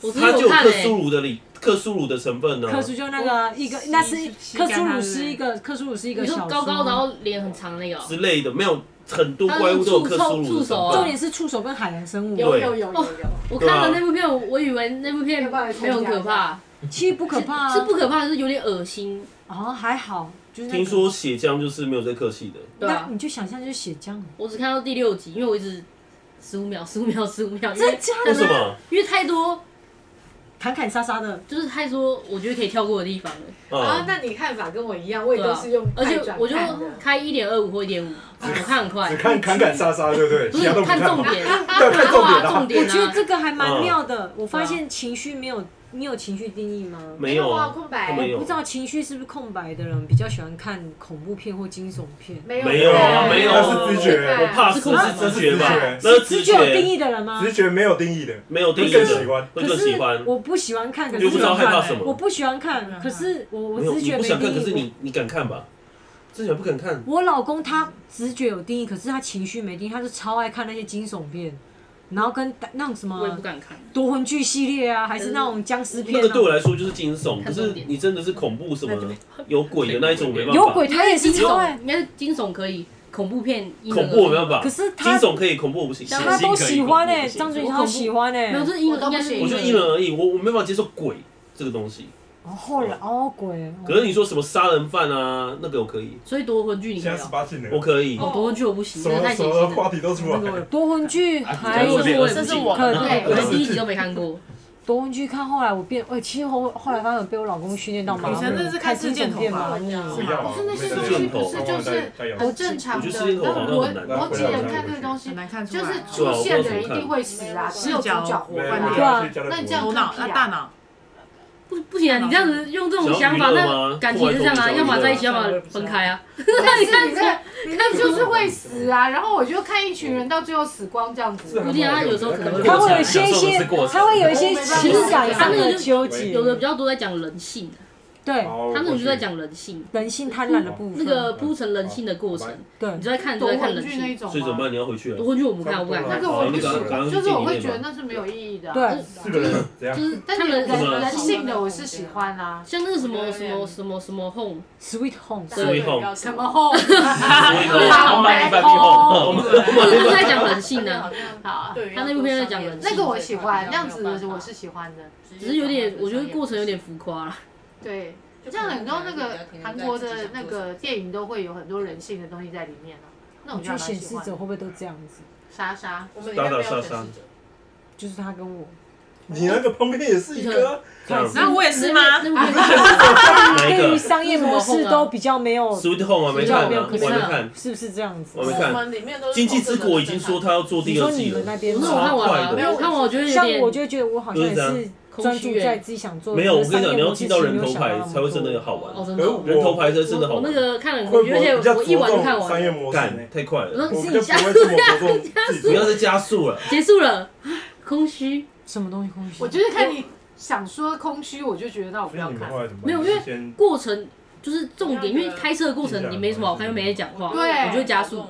Speaker 7: 我
Speaker 4: 它就
Speaker 7: 有
Speaker 4: 有
Speaker 7: 看
Speaker 4: 克
Speaker 7: 欸
Speaker 4: 苏鲁的里克苏鲁的成分啊呢。
Speaker 1: 克苏就那
Speaker 7: 哦
Speaker 1: 个一个，那是
Speaker 6: 吸
Speaker 1: 克
Speaker 6: 干
Speaker 1: 苏
Speaker 6: 它
Speaker 1: 鲁
Speaker 6: 对不对
Speaker 1: 是一个克苏鲁是一
Speaker 7: 你
Speaker 1: 个
Speaker 7: 说
Speaker 1: 小
Speaker 7: 高高
Speaker 1: 的
Speaker 7: 然后脸很长那个哦，
Speaker 4: 之类的，没有很多
Speaker 7: 它
Speaker 4: 怪物
Speaker 7: 是
Speaker 4: 都有
Speaker 7: 触
Speaker 4: 克
Speaker 7: 手
Speaker 4: 苏鲁
Speaker 7: 触
Speaker 4: 的
Speaker 7: 手
Speaker 4: 成
Speaker 7: 啊
Speaker 1: 重
Speaker 4: 分。
Speaker 1: 点是触手跟海洋生物，
Speaker 2: 有有有有有，
Speaker 7: 我
Speaker 4: 对啊
Speaker 7: 看了那部片，我我以为那部片
Speaker 2: 要不要来参加
Speaker 7: 没有很可怕，
Speaker 1: 其实不可怕啊，
Speaker 7: 是不可怕，是有点恶心。
Speaker 1: 哦还好，就是那个
Speaker 4: 听说血浆就是没有在客气的，
Speaker 7: 对
Speaker 1: 那
Speaker 7: 啊，
Speaker 1: 你就想象就是血浆，
Speaker 7: 我只看到第六集，因为我一直十五秒、 十五秒、十五秒，因
Speaker 1: 真
Speaker 7: 为
Speaker 1: 假
Speaker 4: 为什
Speaker 1: 的，
Speaker 4: 么
Speaker 7: 因为太多
Speaker 1: 砍砍杀杀的，
Speaker 7: 就是太多，我觉得可以跳过的地方了。
Speaker 2: 啊
Speaker 4: 啊，？
Speaker 2: 那你看法跟我一样，我也
Speaker 7: 对
Speaker 2: 都
Speaker 7: 啊
Speaker 2: 是用，
Speaker 7: 而且
Speaker 2: 快转
Speaker 7: 我就
Speaker 2: 看的
Speaker 7: 开一点二五或一点五，我看很快
Speaker 3: 只，看砍砍杀杀，对不对？
Speaker 7: 不
Speaker 3: 其
Speaker 7: 是
Speaker 3: 他都不
Speaker 7: 看
Speaker 3: 看
Speaker 7: 重
Speaker 3: 吗。
Speaker 7: 点，
Speaker 3: 对，看重点
Speaker 7: 哇，
Speaker 3: 啦
Speaker 7: 重。
Speaker 1: 我
Speaker 7: 点
Speaker 1: 觉得
Speaker 7: 啊！
Speaker 1: 这个还蛮妙的。我发现情绪没有，你有情绪定义吗？
Speaker 4: 没有啊
Speaker 2: 没有啊空白
Speaker 4: 都没有
Speaker 1: 不知道情绪是不是空白的人比较喜欢看恐怖片或惊悚片？
Speaker 2: 没有
Speaker 4: 没有啊
Speaker 2: 对
Speaker 4: 没有
Speaker 3: 那是知觉
Speaker 2: 对
Speaker 3: 我
Speaker 4: 怕死是直觉
Speaker 2: 啊
Speaker 4: 吧？那是直
Speaker 1: 直觉有定
Speaker 4: 觉，
Speaker 1: 义的人吗？
Speaker 3: 直觉没有定义的，
Speaker 4: 没有定义
Speaker 3: 更喜
Speaker 4: 的，
Speaker 3: 欢。
Speaker 4: 会
Speaker 1: 可
Speaker 4: 更喜欢
Speaker 1: 是。我不喜欢看，可
Speaker 4: 你
Speaker 1: 是
Speaker 4: 就不知道害怕什
Speaker 1: 我
Speaker 4: 么，
Speaker 1: 不喜欢看，可是我我
Speaker 4: 没有，
Speaker 1: 直
Speaker 4: 你
Speaker 1: 觉
Speaker 4: 不
Speaker 1: 没
Speaker 4: 想看，可是
Speaker 1: 定义。
Speaker 4: 你你敢看吧？之前不敢看，
Speaker 1: 我老公他直觉有定义，可是他情绪没定义，他就超爱看那些惊悚片，然后跟那种什
Speaker 7: 我也
Speaker 1: 么
Speaker 7: 不敢看，
Speaker 1: 夺魂剧系列啊，还是那种僵尸
Speaker 4: 那
Speaker 1: 片
Speaker 4: 个对我
Speaker 1: 啊，
Speaker 4: 来说就是惊悚，可
Speaker 7: 看
Speaker 4: 是
Speaker 7: 重点
Speaker 4: 你真的是恐怖什么有鬼的那一种，我没办
Speaker 1: 有
Speaker 4: 法。
Speaker 1: 鬼他也哎是
Speaker 7: 惊
Speaker 1: 超
Speaker 7: 悚
Speaker 1: 爱，
Speaker 7: 应该是惊悚可以，恐怖片因人
Speaker 4: 恐怖我没
Speaker 7: 而异
Speaker 4: 办法
Speaker 1: 可，是
Speaker 4: 啊惊
Speaker 1: 他
Speaker 4: 悚可以，恐怖我不行。
Speaker 7: 像
Speaker 1: 他都喜欢哎、
Speaker 4: 我
Speaker 1: 张学友他喜欢哎、
Speaker 7: 没有，这是因
Speaker 2: 我都
Speaker 7: 应
Speaker 2: 不
Speaker 7: 该是
Speaker 2: 行
Speaker 4: 我就因人而异，我我没办法接受鬼这个东西。
Speaker 1: 然后来哦鬼，
Speaker 4: 可是你说什么杀人犯啊，那个我可以，
Speaker 7: 所以夺魂剧你可
Speaker 3: 现
Speaker 7: 以
Speaker 3: 在十
Speaker 7: 哦，
Speaker 3: 八禁了
Speaker 4: 我，可以。
Speaker 7: 哦夺魂剧我不行，
Speaker 3: 什
Speaker 7: 真的
Speaker 3: 么
Speaker 7: 太
Speaker 3: 什
Speaker 7: 血
Speaker 3: 么
Speaker 7: 腥
Speaker 3: 话
Speaker 7: 了。
Speaker 3: 题都出来了。
Speaker 1: 夺魂剧
Speaker 5: 啊
Speaker 1: 还
Speaker 5: 这
Speaker 1: 有
Speaker 5: 个是我
Speaker 7: 这是我
Speaker 1: 可
Speaker 7: 的，
Speaker 1: 对
Speaker 7: 我连第一集都没看过。
Speaker 1: 夺魂剧看后来我变，哎、其实后后来发现我被我老公训练到麻木，
Speaker 6: 女生真的是看
Speaker 1: 看
Speaker 6: 四箭头吧
Speaker 1: 麻木
Speaker 3: 不一样吧
Speaker 2: 可是那些
Speaker 3: 没得
Speaker 2: 东
Speaker 3: 聊
Speaker 2: 西不是就是很正常
Speaker 4: 我觉
Speaker 2: 的，
Speaker 4: 得狮子头好
Speaker 2: 那
Speaker 4: 像很难
Speaker 2: 逻逻辑人看这个东西
Speaker 6: 很，难看出
Speaker 2: 就
Speaker 6: 来啊。
Speaker 2: 是出现的人一定会死啊，只有主角活
Speaker 3: 没
Speaker 2: 过
Speaker 3: 有
Speaker 2: 来。
Speaker 3: 没有去交流
Speaker 2: 那你这
Speaker 3: 服务
Speaker 2: 样
Speaker 6: 头脑、那大脑，
Speaker 7: 不不行啊，你这样子用这种想法，
Speaker 4: 想要娱乐
Speaker 7: 那
Speaker 4: 吗
Speaker 7: 感情也是这样
Speaker 4: 突
Speaker 7: 啊，
Speaker 4: 然
Speaker 7: 要
Speaker 4: 跟我
Speaker 7: 么
Speaker 4: 讲
Speaker 7: 在一起，要么分开啊。
Speaker 2: 但是你这你那就是会死啊，然后我就看一群人到最后死光这样子。
Speaker 7: 不一定啊，有时候可能会
Speaker 1: 他会有一
Speaker 5: 享
Speaker 1: 些
Speaker 5: 受的
Speaker 1: 些
Speaker 5: 是过，程
Speaker 1: 他会有一些情感
Speaker 7: 他
Speaker 1: 上
Speaker 7: 那个
Speaker 1: 的
Speaker 7: 就
Speaker 1: 纠
Speaker 4: 哦
Speaker 1: 结，
Speaker 7: 有的比较多在讲人性的，
Speaker 1: 对
Speaker 3: 哦
Speaker 7: 他那种就在讲人性，
Speaker 1: 人性贪婪的部
Speaker 7: 那
Speaker 1: 分，
Speaker 7: 个铺成人性的过程，
Speaker 1: 对
Speaker 7: 你就在看，你就
Speaker 2: 夺
Speaker 7: 在看
Speaker 2: 魂
Speaker 7: 人
Speaker 2: 剧那
Speaker 7: 性。
Speaker 2: 一种
Speaker 4: 所以怎么
Speaker 2: 吗？
Speaker 4: 办？你要回去了
Speaker 7: 夺。魂剧我不看，我不敢
Speaker 2: 那
Speaker 7: 看，
Speaker 2: 个我不行，就是我会觉得那是没有意义的。
Speaker 1: 对，
Speaker 3: 四个人怎样
Speaker 7: 就？是
Speaker 2: 但
Speaker 7: 他
Speaker 2: 是
Speaker 7: 们
Speaker 2: 人
Speaker 4: 怎么了
Speaker 2: 人性的我是喜欢啊，
Speaker 7: 像那个什么什么什么什么 home，
Speaker 1: Sweet Home，
Speaker 4: 所以后，
Speaker 2: 什么后，
Speaker 5: 后慢一半屁后，
Speaker 7: 他是在讲人性啊 的，
Speaker 2: 好，
Speaker 8: 对，
Speaker 7: 他那部片在讲人性
Speaker 2: 那个我喜欢，那样子我是喜欢的。
Speaker 7: 只是有点，我觉得过程有点浮夸啊了。
Speaker 2: 对，像很多那个韩国的那个电影都会有很多人性的东西在里面啊，那
Speaker 1: 我
Speaker 2: 我
Speaker 1: 觉
Speaker 2: 就
Speaker 1: 得
Speaker 2: 蛮
Speaker 1: 显示
Speaker 2: 喜
Speaker 1: 者会
Speaker 2: 欢。
Speaker 1: 不会都这样子？
Speaker 2: 莎莎，
Speaker 8: 我们
Speaker 4: 打打杀杀，
Speaker 1: 就是他跟我，
Speaker 3: 你那个旁边也是一个啊，
Speaker 4: 这样
Speaker 6: 那我也是吗？
Speaker 4: 哪一
Speaker 1: 对于
Speaker 4: 个
Speaker 1: 商业模式都比较没有，
Speaker 4: ？Sweet Home 啊，没看呢，我还没看。
Speaker 1: 是不是这样子
Speaker 4: 我？没
Speaker 8: 我
Speaker 4: 看。
Speaker 8: 们里面都
Speaker 4: 经济之国已经说他要做
Speaker 1: 你
Speaker 4: 第
Speaker 1: 说
Speaker 4: 二
Speaker 1: 你
Speaker 4: 季
Speaker 1: 们那
Speaker 4: 了，
Speaker 1: 边
Speaker 7: 我那我看完了，没有我看完，我觉得有
Speaker 1: 像
Speaker 7: 点
Speaker 1: 我就觉得我好像也是专注在自己想做的，
Speaker 4: 没有。我跟你讲，你要进到人头
Speaker 1: 头
Speaker 4: 牌才会真的好
Speaker 7: 哦，
Speaker 4: 玩，
Speaker 7: 真
Speaker 3: 可
Speaker 7: 的
Speaker 3: 是
Speaker 7: 哦。
Speaker 3: 我
Speaker 4: 人头牌才真的好
Speaker 7: 我那
Speaker 4: 玩。
Speaker 7: 个看了，
Speaker 3: 会
Speaker 7: 我
Speaker 3: 不
Speaker 7: 觉得
Speaker 3: 会
Speaker 7: 而
Speaker 3: 比
Speaker 7: 且
Speaker 3: 较
Speaker 7: 我一晚就看
Speaker 3: 着重
Speaker 7: 完
Speaker 3: 商业
Speaker 7: 了。
Speaker 3: 模式呢
Speaker 4: 干，？太快
Speaker 7: 我
Speaker 4: 了，
Speaker 7: 说
Speaker 3: 我
Speaker 7: 是
Speaker 3: 比
Speaker 7: 你
Speaker 3: 较
Speaker 7: 下
Speaker 3: 不会这么着重自己
Speaker 4: 不要再加速了。
Speaker 7: 结束了，空虚。
Speaker 1: 什么东西空虚？
Speaker 2: 我就是看你想说空虚，我就觉得那我不
Speaker 3: 所以
Speaker 2: 要
Speaker 3: 你们
Speaker 2: 看。
Speaker 3: 后来怎么办？
Speaker 7: 没有因为
Speaker 3: 先
Speaker 7: 过程就是重点，因为开车的过程你没什么好看，又没人讲话，我就会加速，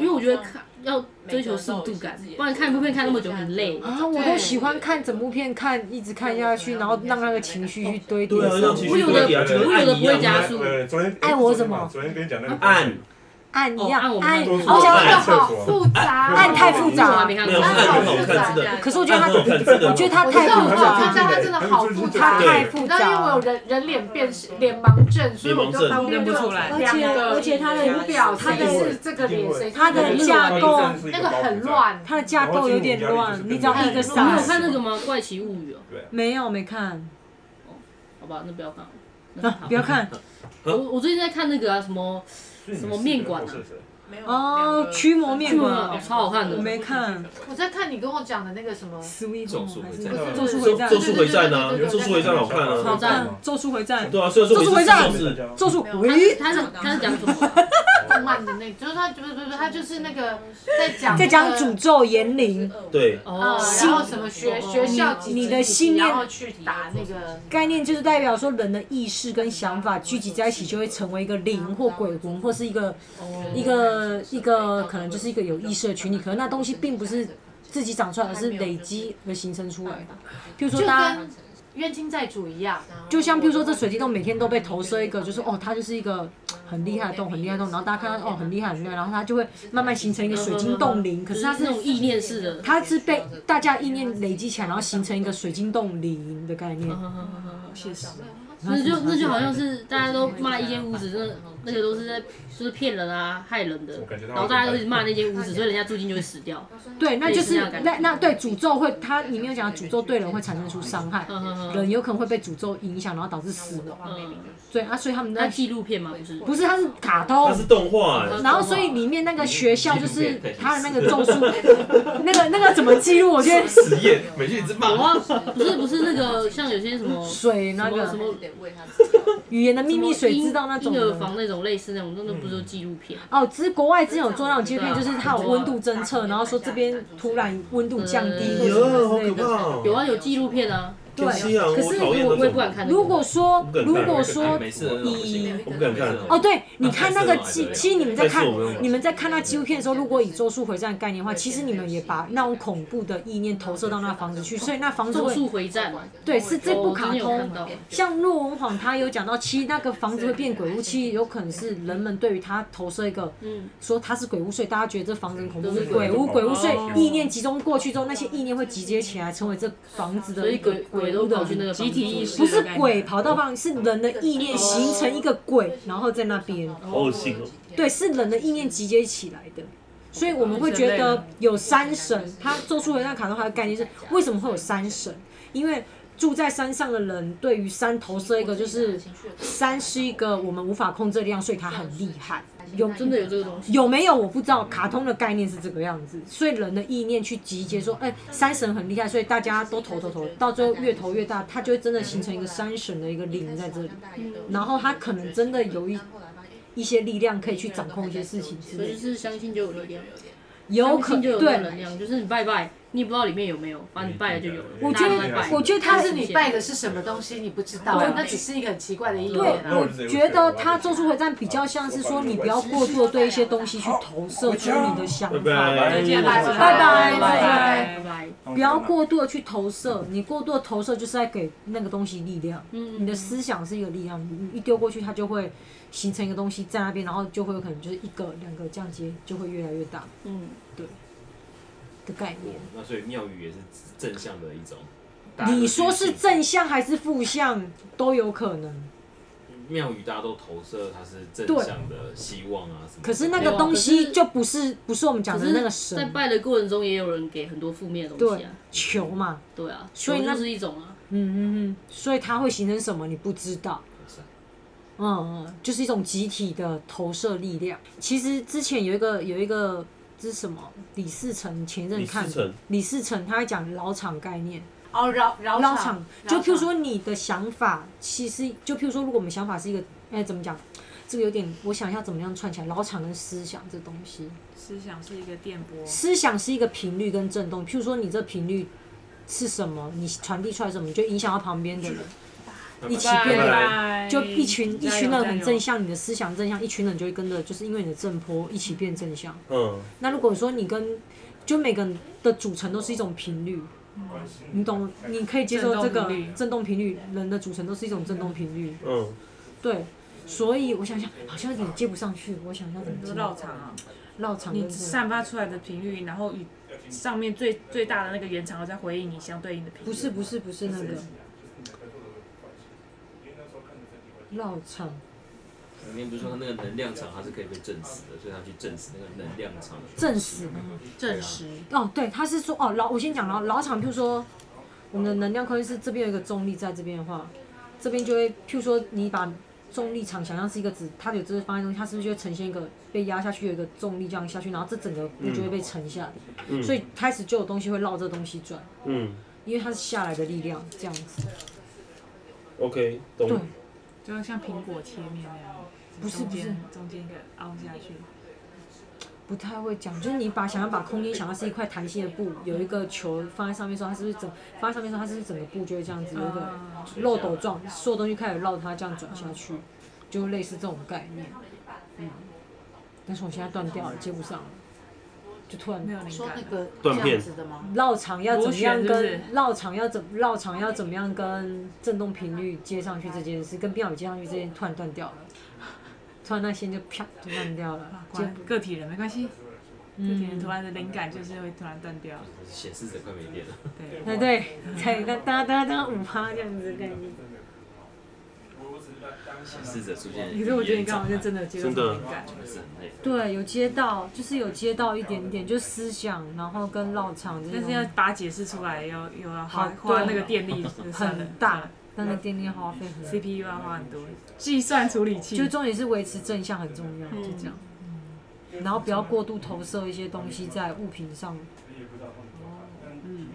Speaker 7: 因为我觉得看要追求速度感，不然看一部片看那么久很累。
Speaker 1: 啊，我都喜欢看整部片看，一直看下去，然后让那个情绪去堆叠
Speaker 4: 对啊，让
Speaker 1: 上
Speaker 4: 情
Speaker 1: 去。
Speaker 4: 绪多一点啊，就跟按一样
Speaker 7: 加
Speaker 4: 啊。
Speaker 7: 速
Speaker 3: 呃，昨天
Speaker 1: 爱我什么
Speaker 3: 昨天跟你讲那个
Speaker 4: 按，
Speaker 1: 按一样
Speaker 7: 哦按我们
Speaker 1: 按，
Speaker 3: 多
Speaker 1: 我想
Speaker 3: 数
Speaker 2: 那
Speaker 1: 要
Speaker 2: 个
Speaker 3: 按
Speaker 2: 好
Speaker 3: 厕所，
Speaker 2: 复杂，
Speaker 1: 按太复
Speaker 7: 我还
Speaker 1: 杂
Speaker 7: 没，看
Speaker 4: 没有
Speaker 7: 过，
Speaker 4: 按很好看，真的。
Speaker 1: 可是我觉得他，
Speaker 4: 按很好看，真的。
Speaker 1: 我觉得他
Speaker 2: 我知道
Speaker 1: 太
Speaker 2: 很
Speaker 1: 复
Speaker 2: 好看，
Speaker 1: 杂，
Speaker 2: 但它真的好复
Speaker 1: 他
Speaker 2: 杂。
Speaker 4: 对
Speaker 1: 太复
Speaker 2: 你知道，因为我
Speaker 1: 杂
Speaker 2: 有。人人脸辨识、脸盲症，所以我就旁边就有
Speaker 1: 而
Speaker 2: 两
Speaker 1: 且
Speaker 2: 个
Speaker 1: 而且他的
Speaker 2: 图表，
Speaker 1: 他
Speaker 2: 谁
Speaker 1: 的
Speaker 2: 是这个脸，谁是
Speaker 1: 他的架构，
Speaker 2: 那个很，乱。
Speaker 1: 他的架构有点乱，你只要一个
Speaker 7: 你
Speaker 1: 傻
Speaker 7: 啊有。看那个吗？《怪奇物语》哦，
Speaker 1: 没有没看，
Speaker 7: 好吧，那不要看了。那
Speaker 1: 啊
Speaker 7: 好
Speaker 1: 不要看
Speaker 7: 我我最近在看那个啊什么什么面馆啊
Speaker 1: 哦，驱魔面馆
Speaker 7: 超好看的
Speaker 1: 我没看
Speaker 2: 我在看你跟我讲的那个什么，
Speaker 1: ，Sweet
Speaker 5: 咒
Speaker 1: Home
Speaker 5: 术
Speaker 1: 还
Speaker 5: 回
Speaker 1: 是
Speaker 5: 战
Speaker 1: 咒术
Speaker 4: 咒
Speaker 1: 回战
Speaker 4: 咒？术回战啊，咒术回战好看
Speaker 7: 好
Speaker 4: 啊。
Speaker 7: 赞
Speaker 1: 嗯，咒术回战，
Speaker 4: 对啊，虽然说每次是
Speaker 1: 咒术
Speaker 8: 没有
Speaker 7: 他
Speaker 1: 喂
Speaker 7: 是，他是他是讲什么啊？
Speaker 2: 动漫的那，就是他不是不是不是，他就是那个在讲
Speaker 1: 在讲诅咒言灵
Speaker 4: 对，
Speaker 2: 呃，
Speaker 7: 哦，
Speaker 2: 然后什么学学校几
Speaker 1: 你
Speaker 2: 级
Speaker 1: 的
Speaker 2: 几级
Speaker 1: 信念
Speaker 2: 然后去打那个，
Speaker 1: 概念，就是代表说人的意识跟想法聚集在一起，就会成为一个灵或鬼魂，或是一个一个一个可能就是一个有意识的群体。可能那东西并不是自己长出来，而是累积而形成出来的。譬如说，
Speaker 2: 就
Speaker 1: 大家
Speaker 2: 跟冤亲债主一样。
Speaker 1: 就像譬如说，这水滴洞每天都被投射一个，就是哦，它就是一个很厉害的洞，很厉害的洞。然后大家看到哦，很厉害很厉害，然后它就会慢慢形成一个水晶洞灵。可
Speaker 7: 可
Speaker 1: 是
Speaker 7: 是
Speaker 1: 它
Speaker 7: 他
Speaker 1: 是
Speaker 7: 是那种意念式的，
Speaker 1: 它是被大家意念累积起来，然后形成一个水晶洞灵的概念。
Speaker 8: 谢谢。
Speaker 7: 嗯那就那就好像是大家都骂一间屋子，那那个都是在就是骗人啊、害人的
Speaker 3: 我，感觉到
Speaker 7: 然后大家都一直骂那间屋子，所以人家住进就会死掉。
Speaker 1: 对，那就是
Speaker 7: 类似那种感觉
Speaker 1: 那那对诅咒会，它里面有讲到诅咒对人会产生出伤害，
Speaker 7: 嗯嗯 嗯
Speaker 1: 人有可能会被诅咒影响，然后导致死亡。
Speaker 7: 嗯，
Speaker 1: 对啊，所以他们
Speaker 7: 那
Speaker 1: 在
Speaker 7: 纪录片吗？不是，
Speaker 1: 不是它是卡
Speaker 4: 它
Speaker 1: 通
Speaker 4: 是，动画欸，
Speaker 1: 然后所以里面那个学校就
Speaker 5: 纪录
Speaker 1: 是
Speaker 5: 片对
Speaker 1: 它的那个咒术，那个那个怎么记录？我觉得
Speaker 5: 实验，每句一直
Speaker 7: 我
Speaker 5: 骂。
Speaker 7: 忘啊不是不是那个像有些什么
Speaker 1: 水那
Speaker 7: 什么什
Speaker 1: 个
Speaker 7: 么
Speaker 1: 语言的秘密水
Speaker 7: 什么
Speaker 1: 知道那种
Speaker 7: 婴儿
Speaker 1: 的
Speaker 7: 房那种类似那种，那那不是都纪录片？
Speaker 1: 哦，只是国外之前有做那种纪录片，
Speaker 7: 对啊
Speaker 1: 就是它有温度侦测，然后说这边突然温度降低
Speaker 7: 嗯
Speaker 1: 或什
Speaker 4: 哟，
Speaker 1: 么
Speaker 4: 好
Speaker 1: 之类
Speaker 4: 可怕
Speaker 1: 的。
Speaker 4: 哦！
Speaker 7: 有啊，有纪录片啊。
Speaker 1: 对
Speaker 4: 天气啊，
Speaker 7: 可是
Speaker 4: 我讨厌
Speaker 7: 我我也
Speaker 4: 那
Speaker 7: 不敢
Speaker 4: 种。
Speaker 7: 看那个。
Speaker 1: 如果说
Speaker 4: 不敢看
Speaker 1: 如果
Speaker 5: 哎
Speaker 1: 说
Speaker 5: 没事，那种不行
Speaker 4: 我不敢看
Speaker 1: 哦，对，你看那个
Speaker 5: 那还是
Speaker 1: 纪
Speaker 5: 有，
Speaker 1: 其实你们在看
Speaker 4: 但是我没有玩
Speaker 1: 你们在看那纪录片的时候，如果以咒术回战的概念的话，其实你们也把那种恐怖的意念投射到那房子去，所以那房子
Speaker 7: 咒
Speaker 1: 会
Speaker 7: 术回战，
Speaker 1: 对是这部卡
Speaker 7: 我之前有
Speaker 1: 通
Speaker 7: 看。到
Speaker 1: 像洛文晃他有讲到，其实那个房子会变鬼屋，其实有可能是人们对于他投射一个
Speaker 7: 嗯，
Speaker 1: 说他是鬼屋，所以大家觉得这房子很恐怖，
Speaker 7: 就是
Speaker 1: 是鬼
Speaker 3: 鬼
Speaker 1: 屋
Speaker 3: 屋
Speaker 1: 鬼屋，所
Speaker 7: 哦
Speaker 1: 以意念集中过去之后，那些意念会集结起来，成为这房子
Speaker 7: 所
Speaker 1: 的
Speaker 7: 以
Speaker 1: 一个
Speaker 7: 鬼鬼都跑去那个
Speaker 6: 集体意识
Speaker 1: 不是鬼跑到方，是人的意念形成一个鬼，然后在那边。
Speaker 4: 好恶心哦。
Speaker 1: 对，是人的意念集结起来的，所以我们会觉得有山神，他做出了那卡通它的概念是为什么会有山神？因为住在山上的人对于山投射一个就是山是一个我们无法控制的力量，所以它很厉害。有
Speaker 7: 真的有这个东西。
Speaker 1: 有没有我不知道，卡通的概念是这个样子，所以人的意念去集结说，哎、山神很厉害，所以大家都投投投，到最后越投越大，它就会真的形成一个山神的一个灵在这里，然后它可能真的有一一些力量可以去掌控一些事情之
Speaker 7: 所以
Speaker 1: 类
Speaker 7: 就
Speaker 1: 的，
Speaker 7: 是相信就有力量，
Speaker 1: 有可
Speaker 7: 相信就有那个能
Speaker 1: 对。
Speaker 7: 量，就是你拜拜，你也不知道里面有没有，反正你拜了就有了。
Speaker 1: 我觉
Speaker 7: 大家都在
Speaker 1: 得
Speaker 7: 拜，
Speaker 1: 我觉得他
Speaker 2: 但
Speaker 1: 是
Speaker 2: 是你拜的是什么东西，你不知道
Speaker 1: 对
Speaker 2: 啊，那只是一个很奇怪的意
Speaker 1: 对
Speaker 2: 念，
Speaker 4: 那
Speaker 2: 啊。
Speaker 4: 我
Speaker 1: 我
Speaker 4: 就直接
Speaker 1: 觉得他《咒术回战》比较像是说，你不要过度地对一些东西去投射出你的想
Speaker 4: 拜
Speaker 1: 法，
Speaker 4: 拜，
Speaker 2: 拜拜
Speaker 1: 拜拜
Speaker 7: 拜拜。
Speaker 1: 不要过度的去投射，你过度的投射就是在给那个东西力量。
Speaker 7: 嗯
Speaker 1: 你的思想是一个力量，你你一丢过去，它就会形成一个东西在那边，然后就会有可能就是一个、两个这样接，就会越来越大
Speaker 7: 嗯，
Speaker 1: 的概念。
Speaker 5: 那所以庙宇也是正向的一种。
Speaker 1: 你说是正向还是负向都有可能，
Speaker 5: 庙宇，大家都投射它是正向的希望啊什么的。
Speaker 1: 可是那个东西就不是不是我们讲
Speaker 7: 可
Speaker 1: 的那个
Speaker 7: 是，在
Speaker 1: 神，
Speaker 7: 拜的过程中，也有人给很多负面的东西
Speaker 1: 对
Speaker 7: 啊。
Speaker 1: 球嘛，
Speaker 7: 对啊，
Speaker 1: 所以
Speaker 7: 求
Speaker 1: 那
Speaker 7: 就是一种啊。
Speaker 1: 嗯嗯嗯，所以它会形成什么你不知道。嗯，嗯，就是一种集体的投射力量。其实之前有一个有一个这是什么？李世成前一阵看
Speaker 4: 李世成
Speaker 1: 李世成他在讲老厂概念，
Speaker 2: 哦，绕绕
Speaker 1: 老
Speaker 2: 场
Speaker 1: 厂，就譬如说你的想法，其实就譬如说，如果我们想法是一个，哎，怎么讲？这个有点，我想一下怎么样串起来。老厂跟思想这东西，
Speaker 6: 思想是一个电波，
Speaker 1: 思想是一个频率跟震动。譬如说，你这频率是什么，你传递出来什么，你就影响到旁边的人，一起变得
Speaker 6: 拜
Speaker 1: 就一群一群人很正
Speaker 6: 向，
Speaker 1: 向，你的思想正向，一群人就会跟着，就是因为你的正坡一起变正向。
Speaker 4: 嗯，
Speaker 1: 那如果说你跟就每个人的组成都是一种频率，你懂？你可以接受这
Speaker 6: 振动
Speaker 1: 个
Speaker 6: 频率
Speaker 1: 振动频率，人的组成都是一种振动频率，
Speaker 4: 嗯，
Speaker 1: 对。所以我想想，好像有点接不上去，我想想怎么
Speaker 6: 就
Speaker 1: 接
Speaker 6: 是绕场啊。
Speaker 1: 绕场跟
Speaker 6: 你
Speaker 1: 这个
Speaker 6: 散发出来的频率，然后与上面最最大的那个延长，再回应你相对应的频率。
Speaker 1: 不是不是不是那个绕场，
Speaker 5: 里面不是说它那个能量场它是可以被证实的，所以它去证实那个能量场。
Speaker 1: 证实吗？
Speaker 6: 证实，
Speaker 1: 哦，对，他是说哦，老我先讲老老厂，譬如说我们的能量空间是这边有一个重力在这边的话，这边就会譬如说你把重力场想象是一个指它有这个方向东西，它是不是就会呈现一个被压下去有一个重力这样下去，然后这整个部就会被沉下来，
Speaker 4: 嗯
Speaker 1: 所以开始就有东西会绕这东西转，
Speaker 4: 嗯
Speaker 1: 因为它是下来的力量这样子，
Speaker 4: ，OK，
Speaker 1: 对
Speaker 4: 懂。
Speaker 6: 就像苹果切面那样，
Speaker 1: 不是
Speaker 6: 中
Speaker 1: 不是
Speaker 6: 间中间一个凹下去，
Speaker 1: 不太会讲，就是你把想要把空间想要是一块弹性的布，有一个球放在上面的时候，它是不是整放在上面的时候，它是不是整个布就会这样子有一个。
Speaker 6: 啊
Speaker 1: 漏斗状，所有东西开始绕它这样转下去，就类似这种概念。嗯，但是我现在断掉了，接不上了，就突
Speaker 6: 没
Speaker 1: 然
Speaker 6: 有灵
Speaker 2: 说那
Speaker 6: 感。
Speaker 2: 个
Speaker 4: 断片
Speaker 2: 这样子的吗？
Speaker 1: 绕场要怎么样
Speaker 6: 螺旋是
Speaker 1: 跟
Speaker 6: 不
Speaker 1: 绕场要怎绕场要怎么样跟振动频率接上去这件事，跟标宇接上去这件事突然断 掉了，突然那线就啪就断掉了
Speaker 6: 啊，果
Speaker 1: 接
Speaker 6: 然个体人没关系，个体人突
Speaker 1: 嗯，
Speaker 6: 然的灵感就是会突然断掉，
Speaker 5: 显示者快没电了，
Speaker 6: 对，
Speaker 1: 对哎对，才哒哒哒哒五趴这样子的概念。
Speaker 5: 显示者出现。
Speaker 6: 可是我觉得你刚好就真的有接受
Speaker 4: 真的
Speaker 6: 灵感，
Speaker 5: 是很累。
Speaker 6: 啊
Speaker 1: 对，有接到，就是有接到一点点，就是思想，然后跟绕场这
Speaker 6: 但
Speaker 1: 种
Speaker 6: 是要把它解释出来，要又要花
Speaker 1: 好
Speaker 6: 花那
Speaker 1: 对
Speaker 6: 个电力，就算了
Speaker 1: 很大，但是电力耗费很大。
Speaker 6: CPU 要花很多，计算处理器嗯
Speaker 1: 就重点是维持正向很重要，
Speaker 4: 嗯
Speaker 1: 就这样。然后不要过度投射一些东西在物品上，
Speaker 4: 嗯
Speaker 1: 哦嗯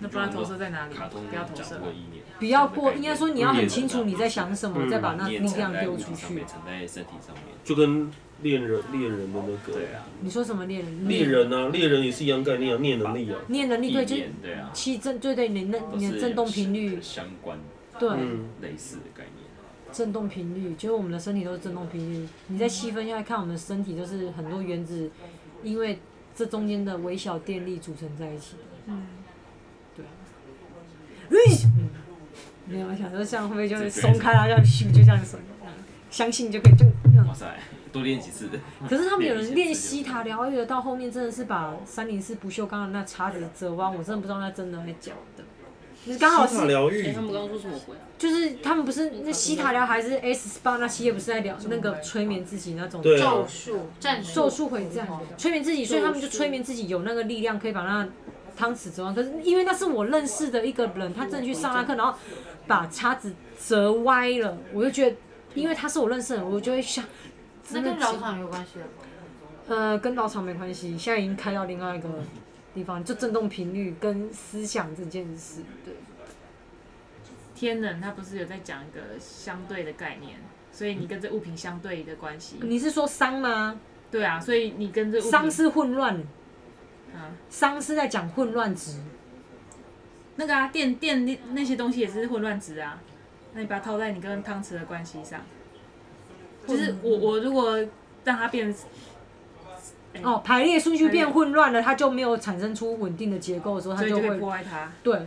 Speaker 6: 那不然投射在哪里？
Speaker 5: 卡通
Speaker 6: 不要投
Speaker 5: 讲
Speaker 6: 射
Speaker 5: 这。个意念，
Speaker 1: 不要过，应该说你要很清楚你在想什么，
Speaker 4: 嗯
Speaker 1: 再把那力
Speaker 5: 你也
Speaker 1: 量
Speaker 5: 藏在
Speaker 1: 丢
Speaker 5: 物
Speaker 1: 出
Speaker 5: 体上
Speaker 1: 去
Speaker 4: 啊
Speaker 5: 面，。藏在身体上面。
Speaker 4: 就跟猎人猎人的那个
Speaker 5: 对啊，
Speaker 1: 你说什么猎人？
Speaker 4: 猎人啊，猎人也是一样概念啊，念能力啊，
Speaker 1: 念能力对，就是
Speaker 5: 对啊，
Speaker 1: 气振，对对，你那
Speaker 5: 都
Speaker 1: 你
Speaker 5: 是
Speaker 1: 的振动频率，
Speaker 5: 相关
Speaker 1: 对，
Speaker 4: 嗯，
Speaker 5: 类似的概念。
Speaker 1: 振动频率，就是我们的身体都是振动频率。你再细分下来看，我们的身体就是很多原子，因为这中间的微小电力组成在一起。嗯，对。嗯，没有，啊我想说这样会不会就会松开啊？这样咻就这样松，这样相信就可以就这样嗯
Speaker 5: 哇塞，多练几次。
Speaker 1: 可是他们有人练西塔疗愈的，到后面真的是把三零四不锈钢的那叉子折弯，我真的不知道那真的还是假的。就是刚好
Speaker 4: 西塔
Speaker 1: 是，
Speaker 4: 疗
Speaker 7: 哎
Speaker 4: 愈
Speaker 7: 他，们刚刚说什么鬼啊？
Speaker 1: 就是他们不是那西塔疗还是 S SPA 那些，不是在聊那个催眠自己那种
Speaker 4: 对啊
Speaker 2: 咒，术、战术、
Speaker 1: 咒术回战，催眠自己，所以他们就催眠自己有那个力量可以把那汤匙折弯。可是因为那是我认识的一个人，他真的去上那课，然后把叉子折歪了，我就觉得，因为他是我认识的人，我就会想，
Speaker 2: 那
Speaker 1: 真的
Speaker 2: 跟
Speaker 1: 假
Speaker 2: 饶场有关系了吗？
Speaker 1: 呃，跟老厂没关系，现在已经开到另外一个地方，就振动频率跟思想这件事。对，
Speaker 6: 天能它不是有在讲一个相对的概念，所以你跟这物品相对的关系。
Speaker 1: 你是说伤吗？
Speaker 6: 嗯对啊，所以你跟这物品
Speaker 1: 伤是混乱，
Speaker 6: 啊，
Speaker 1: 伤是在讲混乱值。
Speaker 6: 那个啊，电电那那些东西也是混乱值啊。那你把它套在你跟汤匙的关系上，就是我我如果让它变，
Speaker 1: 哦，排列顺序变混乱了，它就没有产生出稳定的结构的时候，它
Speaker 6: 所以
Speaker 1: 就
Speaker 6: 就会
Speaker 1: 会
Speaker 6: 破坏嗯它。
Speaker 1: 对，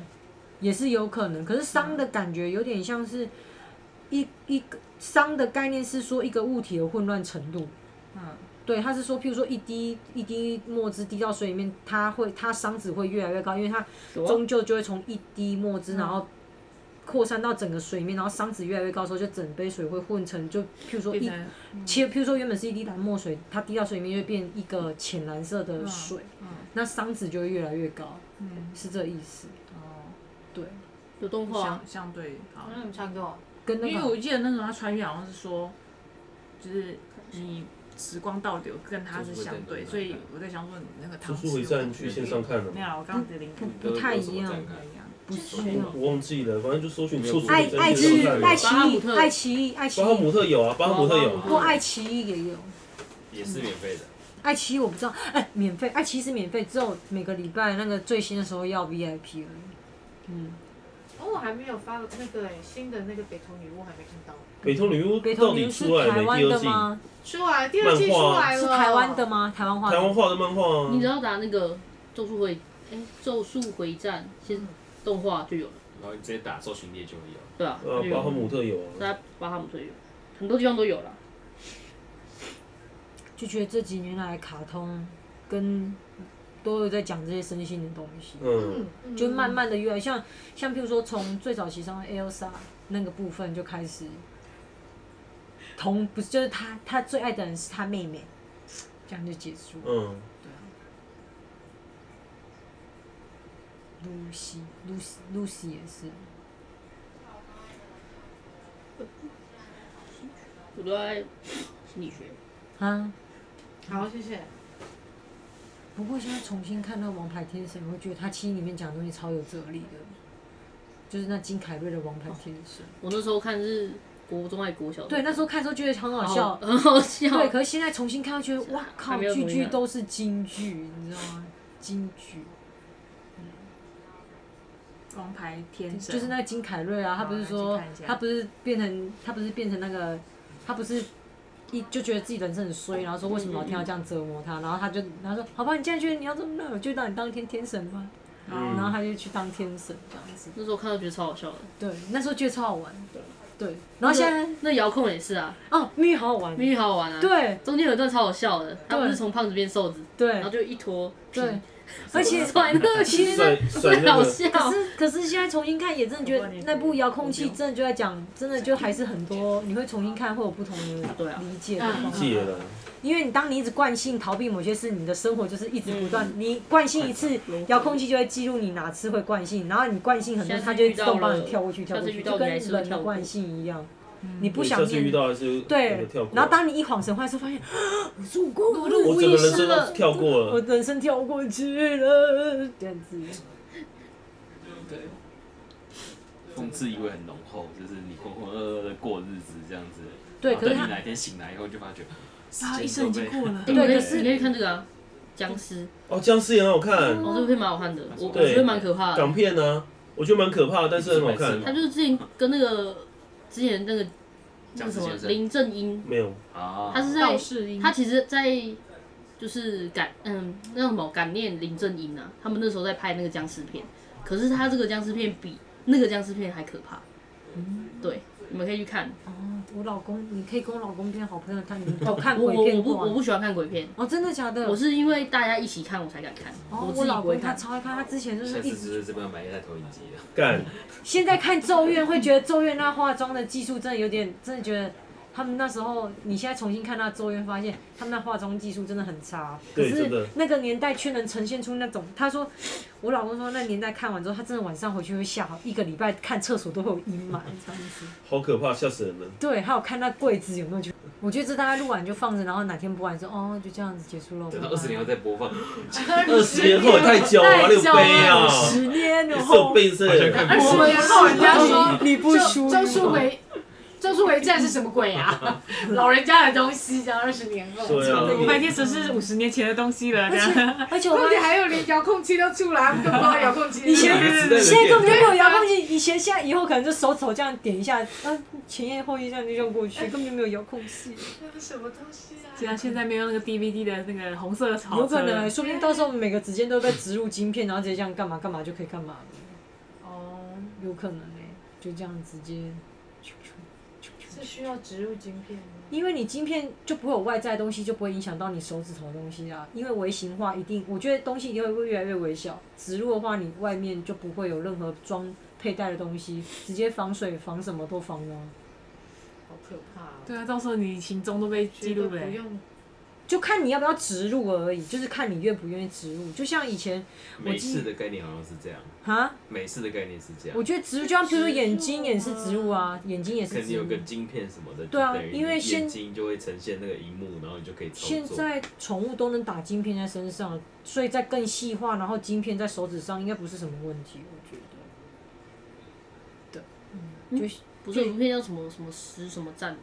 Speaker 1: 也是有可能。可是伤的感觉有点像是一一个伤的概念是说一个物体的混乱程度。
Speaker 6: 嗯，
Speaker 1: 对，他是说，譬如说一滴一滴墨汁滴到水里面，它会它伤值会越来越高，因为它终究就会从一滴墨
Speaker 6: 嗯
Speaker 1: 汁，然后扩散到整个水面，然后伤值越来越高的时候，就整杯水会混成，就譬如说
Speaker 6: 变
Speaker 1: 一，
Speaker 6: 成
Speaker 1: 其实譬如说原本是一滴蓝墨水，它滴到水里面就会变一个浅蓝色的水，
Speaker 6: 嗯
Speaker 1: 那伤值就会越来越高，
Speaker 6: 嗯
Speaker 1: 是这意思。
Speaker 6: 哦，
Speaker 1: 对，
Speaker 7: 有动画啊，
Speaker 6: 相相对好。
Speaker 2: 那你嗯传给我。
Speaker 1: 跟那
Speaker 6: 因为
Speaker 1: 个
Speaker 6: 我记得那时候他穿越好像是说，就是你时光倒流跟他是相对，所以我在想说你那个
Speaker 4: 咒
Speaker 6: 唐
Speaker 4: 术回战去线上看了
Speaker 6: 没有
Speaker 4: 吗，
Speaker 6: 啦，啊我刚刚的灵感
Speaker 1: 不太一样
Speaker 6: 不太一样。
Speaker 1: 不需要。
Speaker 4: 我忘记了，反正就搜寻咒术
Speaker 1: 爱
Speaker 4: 回
Speaker 1: 爱
Speaker 4: 战
Speaker 1: 奇
Speaker 4: 线
Speaker 1: 艺
Speaker 4: 上看了。
Speaker 1: 爱哦奇
Speaker 7: 巴哈姆
Speaker 1: 艺
Speaker 7: 特
Speaker 1: 爱奇艺爱奇
Speaker 4: 巴哈
Speaker 1: 艺，
Speaker 4: 姆特有啊，巴哈姆特有啊，
Speaker 1: 不爱奇艺也有。
Speaker 5: 也是免费的，
Speaker 1: 爱奇艺我不知道，哎、免费，爱奇艺是免费，只有每个礼拜那个最新的时候要 VIP 而已。嗯，
Speaker 2: 哦，我还没有发那个哎，新的那个北投女巫还没看到。
Speaker 4: 北投女巫
Speaker 1: 北
Speaker 4: 到
Speaker 1: 投
Speaker 4: 底
Speaker 1: 女是
Speaker 4: 出来
Speaker 1: 台
Speaker 4: 没
Speaker 1: 湾
Speaker 4: 第二
Speaker 1: 的
Speaker 4: 季？
Speaker 1: 吗？
Speaker 2: 出来第二季出
Speaker 4: 啊
Speaker 2: 来了。
Speaker 1: 是台湾的？吗？台湾话
Speaker 4: 台湾画的漫画啊
Speaker 7: 你，只要打那个咒术回，哎，咒术回战先动画就有了，
Speaker 5: 然后你直接打搜寻列就会有。
Speaker 7: 对啊，
Speaker 4: 呃
Speaker 7: 它就，
Speaker 5: 嗯
Speaker 7: 有
Speaker 4: 巴哈
Speaker 7: 了。
Speaker 4: 姆特有啊，
Speaker 7: 大家巴哈姆特有，很多地方都有了。
Speaker 1: 就觉得这几年来卡通跟都有在讲这些身心的东西，
Speaker 4: 嗯，
Speaker 2: 嗯
Speaker 1: 就慢慢的越来像像譬如说从最早期上的 Elsa 那个部分就开始，同不是就是他他最爱的人是他妹妹，这样就结束了。
Speaker 4: 嗯，
Speaker 1: 露西露西露西也是。
Speaker 7: 我都在心理学，
Speaker 1: 啊，
Speaker 2: 好，谢谢。
Speaker 1: 不过现在重新看那个《王牌天神》，我会觉得他七里面讲的东西超有哲理的，就是那金凯瑞的《王牌天神
Speaker 7: 我那时候看是国中还国小》。的，
Speaker 1: 对，那时候看的时候觉得很好
Speaker 7: 好
Speaker 1: 笑，
Speaker 7: 很哦好笑。
Speaker 1: 对，可是现在重新看，觉得哇靠，
Speaker 7: 还没有
Speaker 1: 句
Speaker 7: 同
Speaker 1: 句
Speaker 7: 样
Speaker 1: 都是金句，你知道吗？金句
Speaker 6: 王牌天神
Speaker 1: 就是那个金凯瑞啊，他不是
Speaker 6: 好我
Speaker 1: 说
Speaker 6: 来去看一下
Speaker 1: 他不是变成他不是变成那个他不是。一就觉得自己人生很衰，然后说为什么老天要这样折磨他，然后他就他说好吧，你既然觉得你要这么烂，我就让你当一天天神吧，
Speaker 4: 嗯
Speaker 1: 然后他就去当天神这样子。
Speaker 7: 那时候看到觉得超好笑的。
Speaker 1: 对，那时候觉得超好玩。对，然后现在
Speaker 7: 那遥控也是啊，
Speaker 1: 哦，咪好好玩。
Speaker 7: 明明好好玩啊。，
Speaker 1: 对
Speaker 7: 中间有一段超好笑的，他不
Speaker 1: 对
Speaker 7: 是从胖子变瘦子，然后
Speaker 1: 对
Speaker 7: 就一坨 皮
Speaker 1: 对，而且
Speaker 7: 甩那
Speaker 1: 其 实
Speaker 4: 甩甩
Speaker 7: 最
Speaker 4: 那
Speaker 7: 好
Speaker 4: 个
Speaker 7: 笑。
Speaker 1: 可是可是现在重新看也真的觉得那部遥控器真的就在讲，真的就还是很多你会重新看会有不同
Speaker 7: 对
Speaker 1: 的
Speaker 7: 啊
Speaker 1: 理解的方式。
Speaker 4: 戒了，
Speaker 1: 因为你当你一直惯性逃避某些事，你的生活就是一直不
Speaker 7: 嗯
Speaker 1: 断，你惯性一次，遥控器就会记录你哪次会惯性，然后你惯性很多，
Speaker 7: 下次
Speaker 1: 它就会
Speaker 7: 遇
Speaker 1: 自
Speaker 7: 到
Speaker 1: 动帮
Speaker 7: 了
Speaker 1: 你跳过去，跳
Speaker 7: 啊下
Speaker 1: 过
Speaker 7: 次
Speaker 1: 去，
Speaker 7: 遇到
Speaker 1: 就
Speaker 7: 你
Speaker 1: 跟
Speaker 7: 还是会
Speaker 1: 人
Speaker 7: 跳
Speaker 1: 的
Speaker 7: 过嗯
Speaker 1: 惯性一样，你不想
Speaker 4: 下次
Speaker 1: 面
Speaker 4: 遇到还是
Speaker 1: 对
Speaker 4: 跳，过，
Speaker 1: 然后当你一晃神会的时候，发现啊我错过我的
Speaker 4: 我
Speaker 1: 无
Speaker 4: 整
Speaker 1: 意
Speaker 4: 个人
Speaker 1: 识
Speaker 4: 生
Speaker 1: 了
Speaker 4: 都，跳过
Speaker 1: 我
Speaker 4: 了，
Speaker 1: 人生跳过去了，这样子。
Speaker 5: 对，讽刺意味很浓厚，就是你浑浑噩噩的过日子这样子。
Speaker 1: 对，
Speaker 5: 然后
Speaker 1: 可是
Speaker 5: 等
Speaker 1: 他
Speaker 5: 你哪一天醒来以后，就发觉
Speaker 6: 啊，
Speaker 5: 时
Speaker 6: 一
Speaker 5: 间
Speaker 6: 生
Speaker 5: 都
Speaker 6: 已
Speaker 5: 被
Speaker 6: 经过 了。
Speaker 7: 你可以
Speaker 1: 对可是
Speaker 7: 你可以看这个啊，僵尸，
Speaker 4: 哦，僵尸也很好看，
Speaker 7: 哦，这部片蛮好看的，我我
Speaker 4: 对
Speaker 7: 觉得蛮可怕的。
Speaker 4: 港片呢，我觉得蛮可怕的，但是很好看
Speaker 5: 是
Speaker 7: 啊他，就是之前跟那个之前那个那
Speaker 5: 僵
Speaker 7: 个
Speaker 5: 尸
Speaker 7: 什么
Speaker 5: 先生
Speaker 7: 林正英，
Speaker 4: 没有，
Speaker 5: 啊，
Speaker 7: 他是
Speaker 6: 道
Speaker 7: 在
Speaker 6: 士音，
Speaker 7: 他其实，在就是感嗯那什么感念林正英啊，他们那时候在拍那个僵尸片，可
Speaker 1: 嗯
Speaker 7: 是他这个僵尸片比那个僵尸片还可怕。对，你们可以去看，
Speaker 1: 哦我老公，你可以跟我老公变好朋友看， 你有看
Speaker 7: 我
Speaker 1: 鬼
Speaker 7: 我
Speaker 1: 片
Speaker 7: 我不
Speaker 1: 过啊
Speaker 7: 我不喜欢看鬼片，
Speaker 1: 哦，真的假的？
Speaker 7: 我是因为大家一起看我才敢看，
Speaker 1: 哦
Speaker 7: 我自
Speaker 1: 我
Speaker 7: 己
Speaker 1: 老
Speaker 7: 不会
Speaker 1: 公他
Speaker 7: 看。
Speaker 1: 超爱看，他之前就是
Speaker 5: 下
Speaker 1: 一
Speaker 5: 次
Speaker 1: 直
Speaker 5: 是不是这边买一台投影机啊？
Speaker 4: 干，
Speaker 1: 现在看《咒怨》会觉得《咒怨》那化妆的技术真的有点，真的觉得他们那时候，你现在重新看那《咒怨》，发现他们那化妆技术真的很差。可
Speaker 4: 对真的
Speaker 1: 是那个年代却能呈现出那种，他说，我老公说那年代看完之后，他真的晚上回去会吓，一个礼拜看厕所都会有阴霾。
Speaker 4: 好可怕，吓死人了。
Speaker 1: 对，还有看那柜子有没有就，我觉得这大概录完就放着，然后哪天播完说哦，就这样子结束了。
Speaker 5: 等到
Speaker 1: 拜
Speaker 5: 二
Speaker 1: 拜
Speaker 5: 十年后再播放，
Speaker 4: 二十年后也太久了吧，
Speaker 6: 太
Speaker 4: 六
Speaker 6: 久了
Speaker 4: 杯啊，
Speaker 1: 十年
Speaker 4: 也
Speaker 1: 然
Speaker 4: 是有
Speaker 1: 后，
Speaker 4: 备份。
Speaker 2: 二十年后人家说
Speaker 1: 你不输
Speaker 2: 咒咒术回咒术回战是什么 鬼啊？老人家的东西，讲二十年后。
Speaker 4: 对啊，
Speaker 6: 白天只是五十年前的东西了，这
Speaker 1: 而
Speaker 6: 样。
Speaker 1: 且而且我
Speaker 2: 而
Speaker 1: 发
Speaker 2: 且
Speaker 1: 现。
Speaker 2: 还有连遥控器都出来，他们都不知道遥控器。
Speaker 1: 以前
Speaker 5: 每个时代的
Speaker 1: 现在根本就
Speaker 5: 电
Speaker 1: 没有遥控器，以前现在以后可能就手手这样点一下，那前页后页这样就用过去，根本就没有遥控器。
Speaker 2: 那是什么东西啊？
Speaker 6: 既然现在没有那个 DVD 的那个红色的草，
Speaker 1: 有可能，说不定到时候我们每个指尖都被植入晶片，然后直接这样干嘛干嘛就可以干嘛了，
Speaker 2: 哦，
Speaker 1: 有可能哎、就这样直接。
Speaker 2: 是需要植入晶片吗？
Speaker 1: 因为你晶片就不会有外在的东西，就不会影响到你手指头的东西啊。因为微型化一定，我觉得东西一定会越来越微小。植入的话，你外面就不会有任何装佩戴的东西，直接防水、防什么都防了啊、
Speaker 2: 好可怕哦！
Speaker 6: 对啊，到时候你行踪都被记录
Speaker 2: 不
Speaker 6: 了欸。
Speaker 2: 用
Speaker 1: 就看你要不要植入而已，就是看你愿不愿意植入。就像以前
Speaker 5: 美式的概念好像是这样，
Speaker 1: 哈，
Speaker 5: 美式的概念是这
Speaker 1: 我
Speaker 5: 样，
Speaker 1: 觉得植入就像比如说眼睛也是植入啊，眼睛也是
Speaker 5: 肯
Speaker 1: 植
Speaker 5: 定有
Speaker 1: 入
Speaker 5: 个。晶片什么的，
Speaker 1: 对啊
Speaker 5: 就等于
Speaker 1: 因为
Speaker 5: 你
Speaker 1: 现
Speaker 5: 眼睛就会呈现那个荧幕，然后你就可以操
Speaker 1: 现
Speaker 5: 作。
Speaker 1: 在宠物都能打晶片在身上，所以再更细化，然后晶片在手指上应该不是什么问题，我觉得。对，
Speaker 7: 不是有部片叫什么什么十什么站的，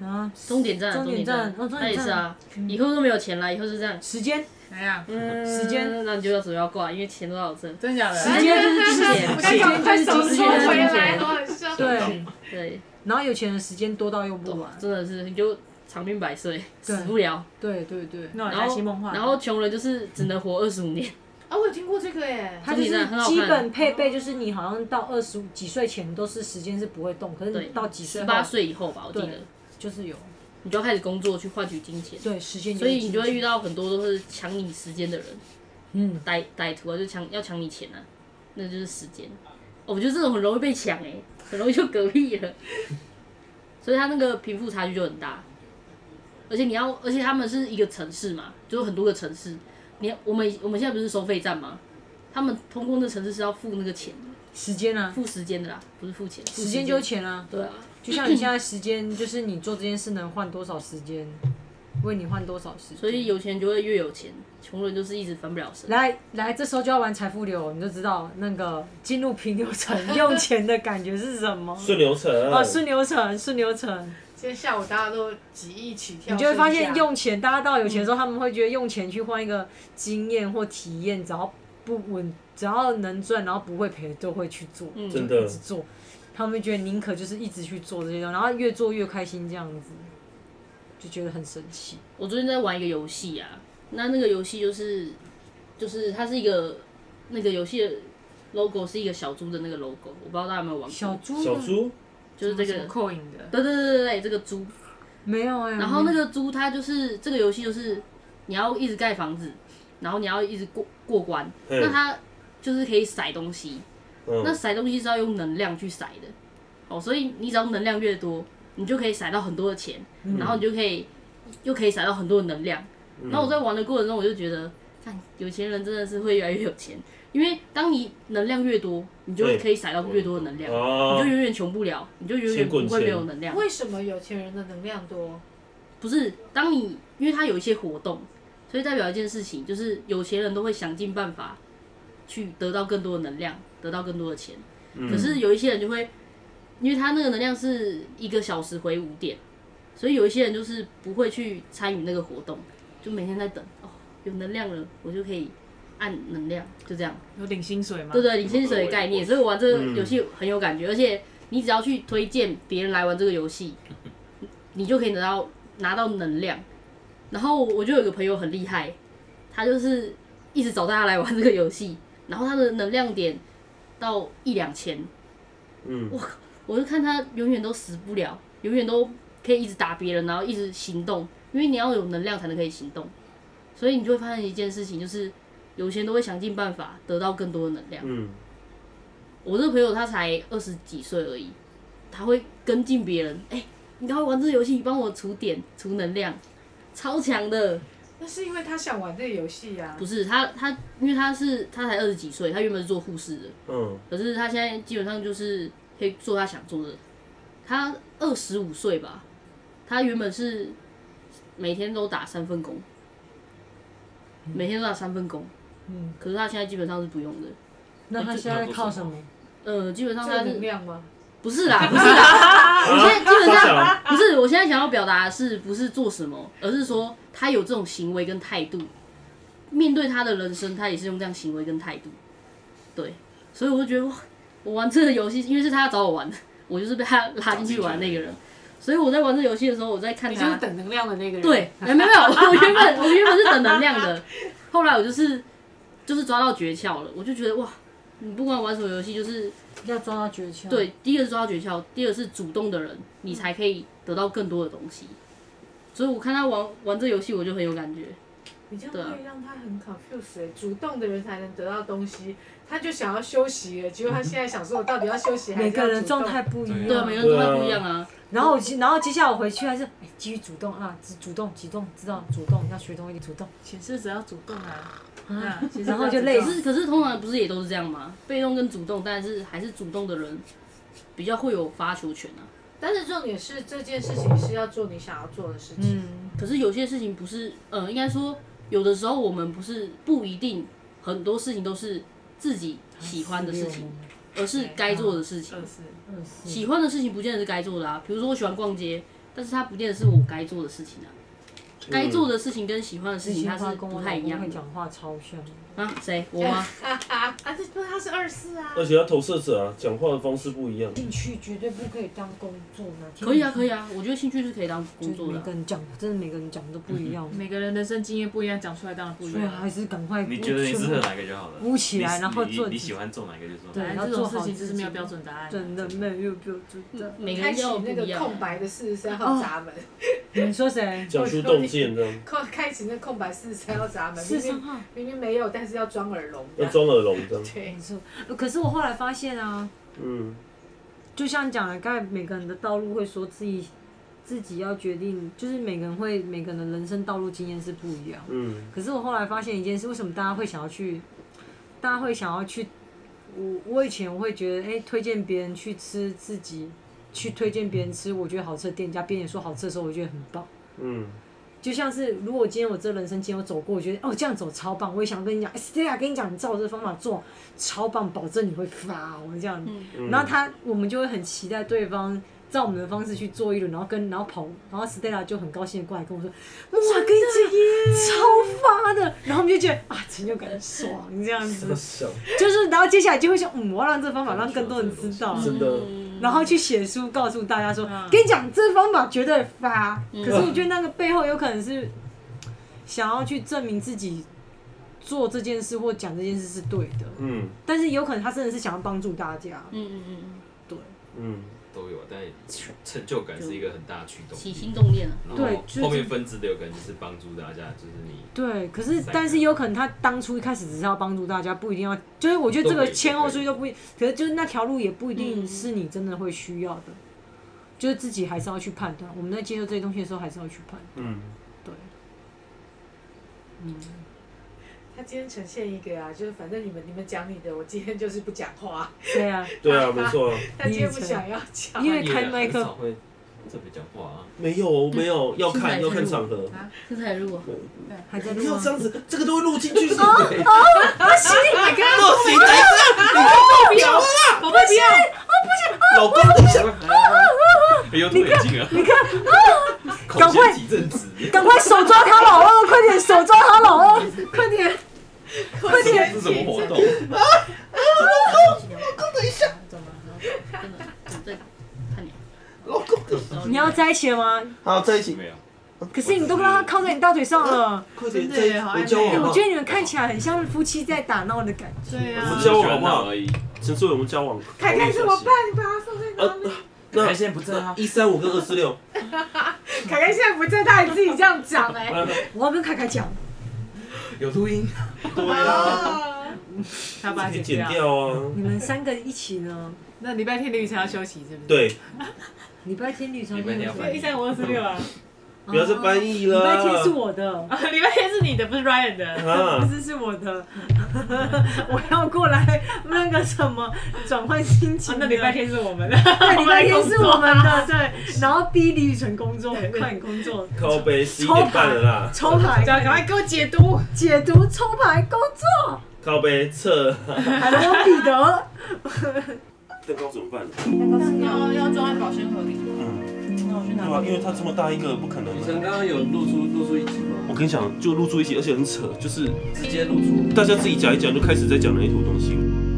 Speaker 1: 就啊，
Speaker 7: 终点站啊，
Speaker 1: 终点站
Speaker 7: 站，
Speaker 1: 哦终点站
Speaker 7: 那也是啊，以后都没有钱了，以后是这样，
Speaker 1: 时间
Speaker 6: 哎呀，
Speaker 7: 嗯，
Speaker 1: 时间
Speaker 7: 那你就要手要挂，因为钱都到我这，
Speaker 6: 真假的？
Speaker 1: 时间就是金钱，
Speaker 2: 哎
Speaker 1: 时
Speaker 2: 呀
Speaker 1: 间
Speaker 2: 快
Speaker 1: 就
Speaker 2: 手
Speaker 1: 是
Speaker 2: 抽
Speaker 1: 金
Speaker 2: 回
Speaker 1: 钱。
Speaker 2: 来，好好笑。
Speaker 1: 对，
Speaker 7: 对，
Speaker 1: 然后有钱人时间多到用不完。
Speaker 7: 真的是你就长命百岁，
Speaker 1: 对
Speaker 7: 死不了。
Speaker 1: 对对对，
Speaker 6: 那我
Speaker 7: 然
Speaker 6: 来
Speaker 7: 后
Speaker 6: 新梦幻。
Speaker 7: 然后穷人就是只能活二十五年，
Speaker 2: 啊，我有听过这个耶。
Speaker 1: 它就是
Speaker 7: 终点站很好看嗯
Speaker 1: 基本配备，就是你好像到二十五几岁前都是时间是不会动，可是你
Speaker 7: 对
Speaker 1: 到几岁
Speaker 7: 十
Speaker 1: 后
Speaker 7: 八岁以后吧，我记
Speaker 1: 对
Speaker 7: 得，
Speaker 1: 就是有
Speaker 7: 你就要开始工作去换取金钱，
Speaker 1: 对时间，
Speaker 7: 所以你就会遇到很多都是抢你时间的人，
Speaker 1: 嗯，
Speaker 7: 歹歹徒啊，就抢要抢你钱啊，那就是时间。哦我觉得这种很容易被抢哎、很容易就嗝屁了， 所以他那个贫富差距就很大。而且你要，而且他们是一个城市嘛，就是很多个城市。你我们我们现在不是收费站吗？他们通过那城市是要付那个钱的，
Speaker 1: 时间啊，
Speaker 7: 付时间的啦，不是付钱。付
Speaker 1: 时间就是钱啊，
Speaker 7: 对啊，
Speaker 1: 就像你现在时间，就是你做这件事能换多少时间，为你换多少时间。
Speaker 7: 所以有钱人就会越有钱，穷人就是一直翻不了身。
Speaker 1: 来来，这时候就要玩财富流，你就知道那个进入平流层用钱的感觉是什么。
Speaker 4: 顺流程
Speaker 1: 啊，顺流程，顺流程，
Speaker 2: 今天下午大家都几亿起跳，
Speaker 1: 你就会发现用钱，大家到有钱的时候，
Speaker 7: 嗯
Speaker 1: 他们会觉得用钱去换一个经验或体验，只要不稳，只要能赚，然后不会赔，都会去做。
Speaker 7: 嗯，
Speaker 4: 真
Speaker 1: 一
Speaker 4: 的
Speaker 1: 直做，他们觉得宁可就是一直去做这些东西，然后越做越开心这样子，就觉得很神奇。
Speaker 7: 我最近在玩一个游戏啊，那那个游戏就是就是它是一个那个游戏的 logo 是一个小猪的那个 logo，我不知道大家有没有玩
Speaker 1: 小
Speaker 7: 过，
Speaker 1: 猪
Speaker 4: 小
Speaker 1: 呢
Speaker 4: 猪
Speaker 7: 哦就是这
Speaker 6: 什么
Speaker 7: 个。
Speaker 6: 扣影的，
Speaker 7: 对对对对对，这个猪，
Speaker 1: 没有哎、
Speaker 7: 然后那个猪它就是这个游戏就是你要一直盖房子，然后你要一直过过关，
Speaker 4: 嗯
Speaker 7: 那它就是可以甩东西，那
Speaker 4: 嗯，
Speaker 7: 甩东西是要用能量去甩的，哦，所以你只要能量越多，你就可以甩到很多的钱，
Speaker 1: 嗯
Speaker 7: 然后你就可以又可以甩到很多的能量。
Speaker 4: 嗯
Speaker 7: 然后我在玩的过程中，我就觉得，看有钱人真的是会越来越有钱，因为当你能量越多，你就
Speaker 4: 对
Speaker 7: 可以甩到越多的能量，你
Speaker 4: 哦
Speaker 7: 就，永远穷不了，你就永
Speaker 4: 先
Speaker 7: 远
Speaker 4: 滚
Speaker 7: 不会
Speaker 4: 钱
Speaker 7: 没有能量。
Speaker 2: 为什么有钱人的能量多？
Speaker 7: 不是，当你因为他有一些活动，所以代表一件事情，就是有钱人都会想尽办法去得到更多的能量，得到更多的钱。可是有一些人就会，因为他那个能量是一个小时回五点，所以有一些人就是不会去参与那个活动，就每天在等哦，有能量了，我就可以按能量，就这样。
Speaker 6: 有领薪水吗？
Speaker 7: 对对，领嗯先水的概念，所以我玩这个游戏很有感觉，而且你只要去推荐别人来玩这个游戏，你就可以得到拿到能量。然后我就有个朋友很厉害，他就是一直找大家来玩这个游戏，然后他的能量点到一两千，
Speaker 4: 嗯，
Speaker 7: 我就看他永远都死不了，永远都可以一直打别人，然后一直行动，因为你要有能量才能可以行动。所以你就会发现一件事情，就是有些人都会想尽办法得到更多的能量。
Speaker 4: 嗯，
Speaker 7: 我这个朋友他才二十几岁而已，他会跟进别人，哎、你赶快玩这个游戏，帮我储点储能量，超强的。
Speaker 2: 那是因为他想玩这个游戏啊呀
Speaker 7: 不。是他他，因为他是他才二十几岁，他原本是做护士的，
Speaker 4: 嗯，
Speaker 7: 可是他现在基本上就是可以做他想做的。他二十五岁吧，他原本是每天都打三份工，每天都打三份工，
Speaker 1: 嗯，
Speaker 7: 可是他现在基本上是不用的。
Speaker 1: 那他现在靠什么？
Speaker 7: 呃，基本上
Speaker 2: 这
Speaker 7: 他
Speaker 2: 个能
Speaker 7: 是
Speaker 2: 量吗？
Speaker 7: 不是啦，不是啦，我
Speaker 4: 啊
Speaker 7: 现在基本
Speaker 4: 超
Speaker 7: 上
Speaker 4: 强，
Speaker 7: 不是，我现在想要表达的是不是做什么，而是说他有这种行为跟态度，面对他的人生，他也是用这样行为跟态度。对，所以我就觉得哇，我玩这个游戏，因为是他找我玩的，我就是被他拉进去玩 那个人，所以我在玩这个游戏的时候，我在看
Speaker 2: 你
Speaker 7: 他，
Speaker 2: 就是等能量的那个人。
Speaker 7: 对，哎没有没有， 我原本我原本是等能量的，后来我就是就是抓到诀窍了，我就觉得哇，你不管玩什么游戏，就是
Speaker 1: 要抓到诀窍。，
Speaker 7: 对，第一个是抓到诀窍，第二个是主动的人，你才可以得到更多的东西。所以我看他玩玩这游戏，我就很有感觉。
Speaker 2: 你这
Speaker 7: 对
Speaker 2: 样
Speaker 7: 啊
Speaker 2: 会让他很 confused、欸。主动的人才能得到东西，他就想要休息了，结果他现在想说，我到底要休息还是
Speaker 1: 每
Speaker 2: 要
Speaker 1: 个人
Speaker 2: 主动
Speaker 1: 状态不一
Speaker 7: 对啊，
Speaker 1: 样。
Speaker 7: 每个人都态不一样啊。
Speaker 1: 然后我接，然后接下来我回去还是哎继续主动啊，只主动主动，知道主动要学东西主动
Speaker 6: 显示只要主动啊，
Speaker 1: 啊
Speaker 6: 啊，其实
Speaker 1: 然后
Speaker 6: 只要
Speaker 1: 就
Speaker 6: 主动
Speaker 1: 累
Speaker 7: 可
Speaker 1: 死
Speaker 7: 是可是通常不是也都是这样吗？被动跟主动，但是还是主动的人比较会有发球权啊。
Speaker 2: 但是重点是这件事情是要做你想要做的事情。
Speaker 1: 嗯，
Speaker 7: 可是有些事情不是，呃，应该说有的时候我们不是不一定很多事情都是自己喜欢的事
Speaker 1: 啊
Speaker 7: 情，而是该做的事情
Speaker 6: 二。是
Speaker 1: 二四，
Speaker 7: 喜欢的事情不见得是该做的啊。比如说我喜欢逛街，但是它不见得是我该做的事情啊。该做的事情跟喜欢的事情它是
Speaker 1: 跟
Speaker 7: 不
Speaker 1: 我
Speaker 7: 太
Speaker 1: 老
Speaker 7: 一
Speaker 1: 公
Speaker 7: 样
Speaker 1: 会
Speaker 7: 的
Speaker 1: 讲话超像，
Speaker 7: 啊。谁？我吗？
Speaker 2: 啊，这不是他是二四啊。
Speaker 4: 而且他投射者啊，讲话的方式不一样。
Speaker 1: 兴趣绝对不可以当工作，哪天
Speaker 7: 可以啊，可以啊。我觉得兴趣是可以当
Speaker 1: 就
Speaker 7: 工
Speaker 1: 是
Speaker 7: 作的嗯
Speaker 1: 每
Speaker 7: 啊、
Speaker 1: 个人讲，真的每个人讲的不一样，
Speaker 6: 每个人人生经验不一样，讲出来当然不一
Speaker 7: 啊
Speaker 1: 所以
Speaker 6: 样。
Speaker 1: 还是啊赶快
Speaker 5: 你觉得你适合哪个就好了，
Speaker 1: 捂起来
Speaker 5: 你
Speaker 1: 然后
Speaker 5: 你
Speaker 1: 做
Speaker 5: 你喜欢做哪个就做哪
Speaker 1: 对
Speaker 5: 个。
Speaker 6: 反正这种事情就是没有标准答案。
Speaker 1: 真的没有标准的。
Speaker 7: 每个
Speaker 2: 开
Speaker 7: 人
Speaker 2: 启
Speaker 7: 要有不
Speaker 2: 那
Speaker 7: 一
Speaker 2: 个
Speaker 7: 样
Speaker 2: 空
Speaker 7: 啊。
Speaker 2: 白的四十三号闸门，
Speaker 1: 你说谁？
Speaker 4: 讲出洞见这样，
Speaker 2: 空开启那空白四十三号闸门，
Speaker 1: 哦四
Speaker 2: 明
Speaker 1: 三
Speaker 2: 明
Speaker 1: 号，
Speaker 2: 明明没有，但是要装耳聋
Speaker 4: 要
Speaker 2: 的。
Speaker 4: 装耳聋这样。
Speaker 2: 对
Speaker 1: 没，错。可是我后来发现啊，
Speaker 4: 嗯，
Speaker 1: 就像讲了，刚才每个人的道路会说自己自己要决定，就是每个人会每个人的人生道路经验是不一样。
Speaker 4: 嗯，
Speaker 1: 可是我后来发现一件事，为什么大家会想要去，大家会想要去，我我以前我会觉得，哎、推荐别人去吃自己去推荐别人吃，我觉得好吃的店家，别人也说好吃的时候，我觉得很棒。
Speaker 4: 嗯，
Speaker 1: 就像是如果今天我这人生经验我走过，我觉得哦这样走超棒，我也想跟你讲，哎、s t e l l a 跟你讲，你照我这方法做，超棒，保证你会发哦这样。
Speaker 4: 嗯
Speaker 1: 然后他我们就会很期待对方照我们的方式去做一轮，然后跟然后跑，然后 Stella 就很高兴的过来跟我说，哇，跟你这超发的，然后我们就觉得啊成就感很爽这样子
Speaker 4: 这么，想，
Speaker 1: 就是然后接下来就会说，嗯，我要让这方法让更多人知道。
Speaker 4: 真的
Speaker 7: 嗯
Speaker 1: 然后去写书告诉大家说，
Speaker 6: 嗯
Speaker 1: 跟你讲这方法绝对发。
Speaker 7: 嗯
Speaker 1: 可是我觉得那个背后有可能是想要去证明自己做这件事或讲这件事是对的，
Speaker 4: 嗯
Speaker 1: 但是有可能他真的是想要帮助大家。
Speaker 7: 嗯嗯嗯嗯，
Speaker 1: 对，
Speaker 4: 嗯，
Speaker 5: 都有，但成就感是一个很大的驱动
Speaker 7: 起
Speaker 5: 力。
Speaker 7: 心动念啊。
Speaker 5: 然
Speaker 1: 对
Speaker 5: 后
Speaker 1: 就是
Speaker 5: 后面分支的有可能就是帮助大家，就是你
Speaker 1: 对，可是
Speaker 5: 塞
Speaker 1: 但是
Speaker 5: 纳
Speaker 1: 有可能他当初一开始只是要帮助大家，不一定要，就是我觉得这
Speaker 5: 都
Speaker 1: 个
Speaker 5: 可以
Speaker 1: 前后
Speaker 5: 都可
Speaker 1: 顺
Speaker 5: 以
Speaker 1: 序都不一，可是就是那条路也不一定
Speaker 7: 嗯
Speaker 1: 是你真的会需要的，就是自己还是要去判断。我们在接受这些东西的时候，还是要去判
Speaker 4: 嗯，
Speaker 1: 断。
Speaker 2: 他今天呈现一个啊，就是反正你们你们讲你的，我今天就是不讲话。
Speaker 1: 对，对 啊，
Speaker 4: 对啊，没错啊，
Speaker 2: 他今天不想要讲，
Speaker 1: 因为开麦
Speaker 5: 很
Speaker 1: 克
Speaker 5: 少会特别讲话啊。
Speaker 4: 没有哦，
Speaker 1: 嗯
Speaker 4: 没有，要看要看场合。
Speaker 7: 这才入啊。
Speaker 1: 还在
Speaker 4: 不
Speaker 1: 录
Speaker 4: 要
Speaker 1: 吗
Speaker 4: 这？样子，这个都会录进
Speaker 1: 哦
Speaker 4: 去是不对。
Speaker 2: 你刚刚
Speaker 4: 不行，等一
Speaker 2: 不要，我不要，
Speaker 4: 下，老公，等一下，
Speaker 5: 哎呦，脱眼镜啊！你看， 口
Speaker 1: 啊赶快
Speaker 5: 嫌体正直，
Speaker 1: 赶快手抓他老二，快点手抓他老 二，快点！
Speaker 2: 快
Speaker 5: 这
Speaker 2: 点
Speaker 5: 是什么活动？
Speaker 7: 真的，我在看你。
Speaker 1: 你要在一起了吗？
Speaker 4: 好，在一起，
Speaker 5: 没有，
Speaker 1: 可是你都让他靠在你大腿上了，
Speaker 4: 快
Speaker 6: 真
Speaker 4: 点在
Speaker 6: 的
Speaker 4: 一
Speaker 6: 耶
Speaker 4: 起，
Speaker 6: 好
Speaker 4: 我
Speaker 6: 暧昧哦
Speaker 4: 交往
Speaker 1: 我
Speaker 4: 好
Speaker 1: 觉得你们看起来很像夫妻在打闹的感觉。
Speaker 6: 对
Speaker 4: 我
Speaker 6: 啊
Speaker 4: 们
Speaker 5: 只，
Speaker 4: 交
Speaker 5: 是
Speaker 4: 往
Speaker 5: 喜欢
Speaker 4: 好不好
Speaker 5: 闹而已。
Speaker 4: 陈志伟，我们交往，
Speaker 2: 凯凯
Speaker 4: 考虑一下
Speaker 2: 怎么
Speaker 4: 先
Speaker 2: 办？？你把它放在哪里？
Speaker 5: 那现在不正啊？
Speaker 4: 一三五跟二四六，
Speaker 6: 凯凯现在不在，他还自己这样讲 哎、
Speaker 1: 我要跟凯凯讲，
Speaker 5: 有录音，
Speaker 4: 对啊，
Speaker 6: 他把它
Speaker 4: 可以
Speaker 6: 剪
Speaker 4: 剪
Speaker 6: 掉。
Speaker 4: 掉啊。
Speaker 1: 你们三个一起 呢，
Speaker 6: 那礼拜天凌晨要休息是不是？，
Speaker 4: 对，
Speaker 1: 礼拜天女常
Speaker 5: 礼拜天要 翻
Speaker 6: 一三五二四六啊，
Speaker 4: 不要再翻
Speaker 1: 哦礼
Speaker 4: 译了。
Speaker 1: 拜天是我的，
Speaker 6: 啊，礼拜天是你的，不是 Ryan 的。
Speaker 1: 不
Speaker 4: 啊，
Speaker 1: 是是我的，我要过来那个什么转换心情
Speaker 6: 哦
Speaker 1: 的。
Speaker 6: 那礼拜天是我们的，
Speaker 1: 对，礼拜天是我们的，
Speaker 6: 的。
Speaker 1: 对。然后逼李宇纯工作，快点工作，
Speaker 4: 靠背十一点半了啦，
Speaker 1: 抽牌，
Speaker 6: 赶快给我解读。
Speaker 1: 解读抽牌工作，
Speaker 4: 靠背测。
Speaker 1: 海罗彼得。
Speaker 4: 蛋糕怎么办？
Speaker 6: 要要装在保鲜盒里。
Speaker 4: 嗯，
Speaker 6: 那我去拿
Speaker 4: 对啊，因为它这么大一个，不可能
Speaker 5: 雨
Speaker 4: 啊。
Speaker 5: 辰刚刚有露出露出一集
Speaker 4: 我
Speaker 5: 吗？
Speaker 4: 跟你讲，就露出一集，而且很扯，就是
Speaker 5: 直接露出。
Speaker 4: 大家自己讲一讲，就开始在讲那一坨东西了。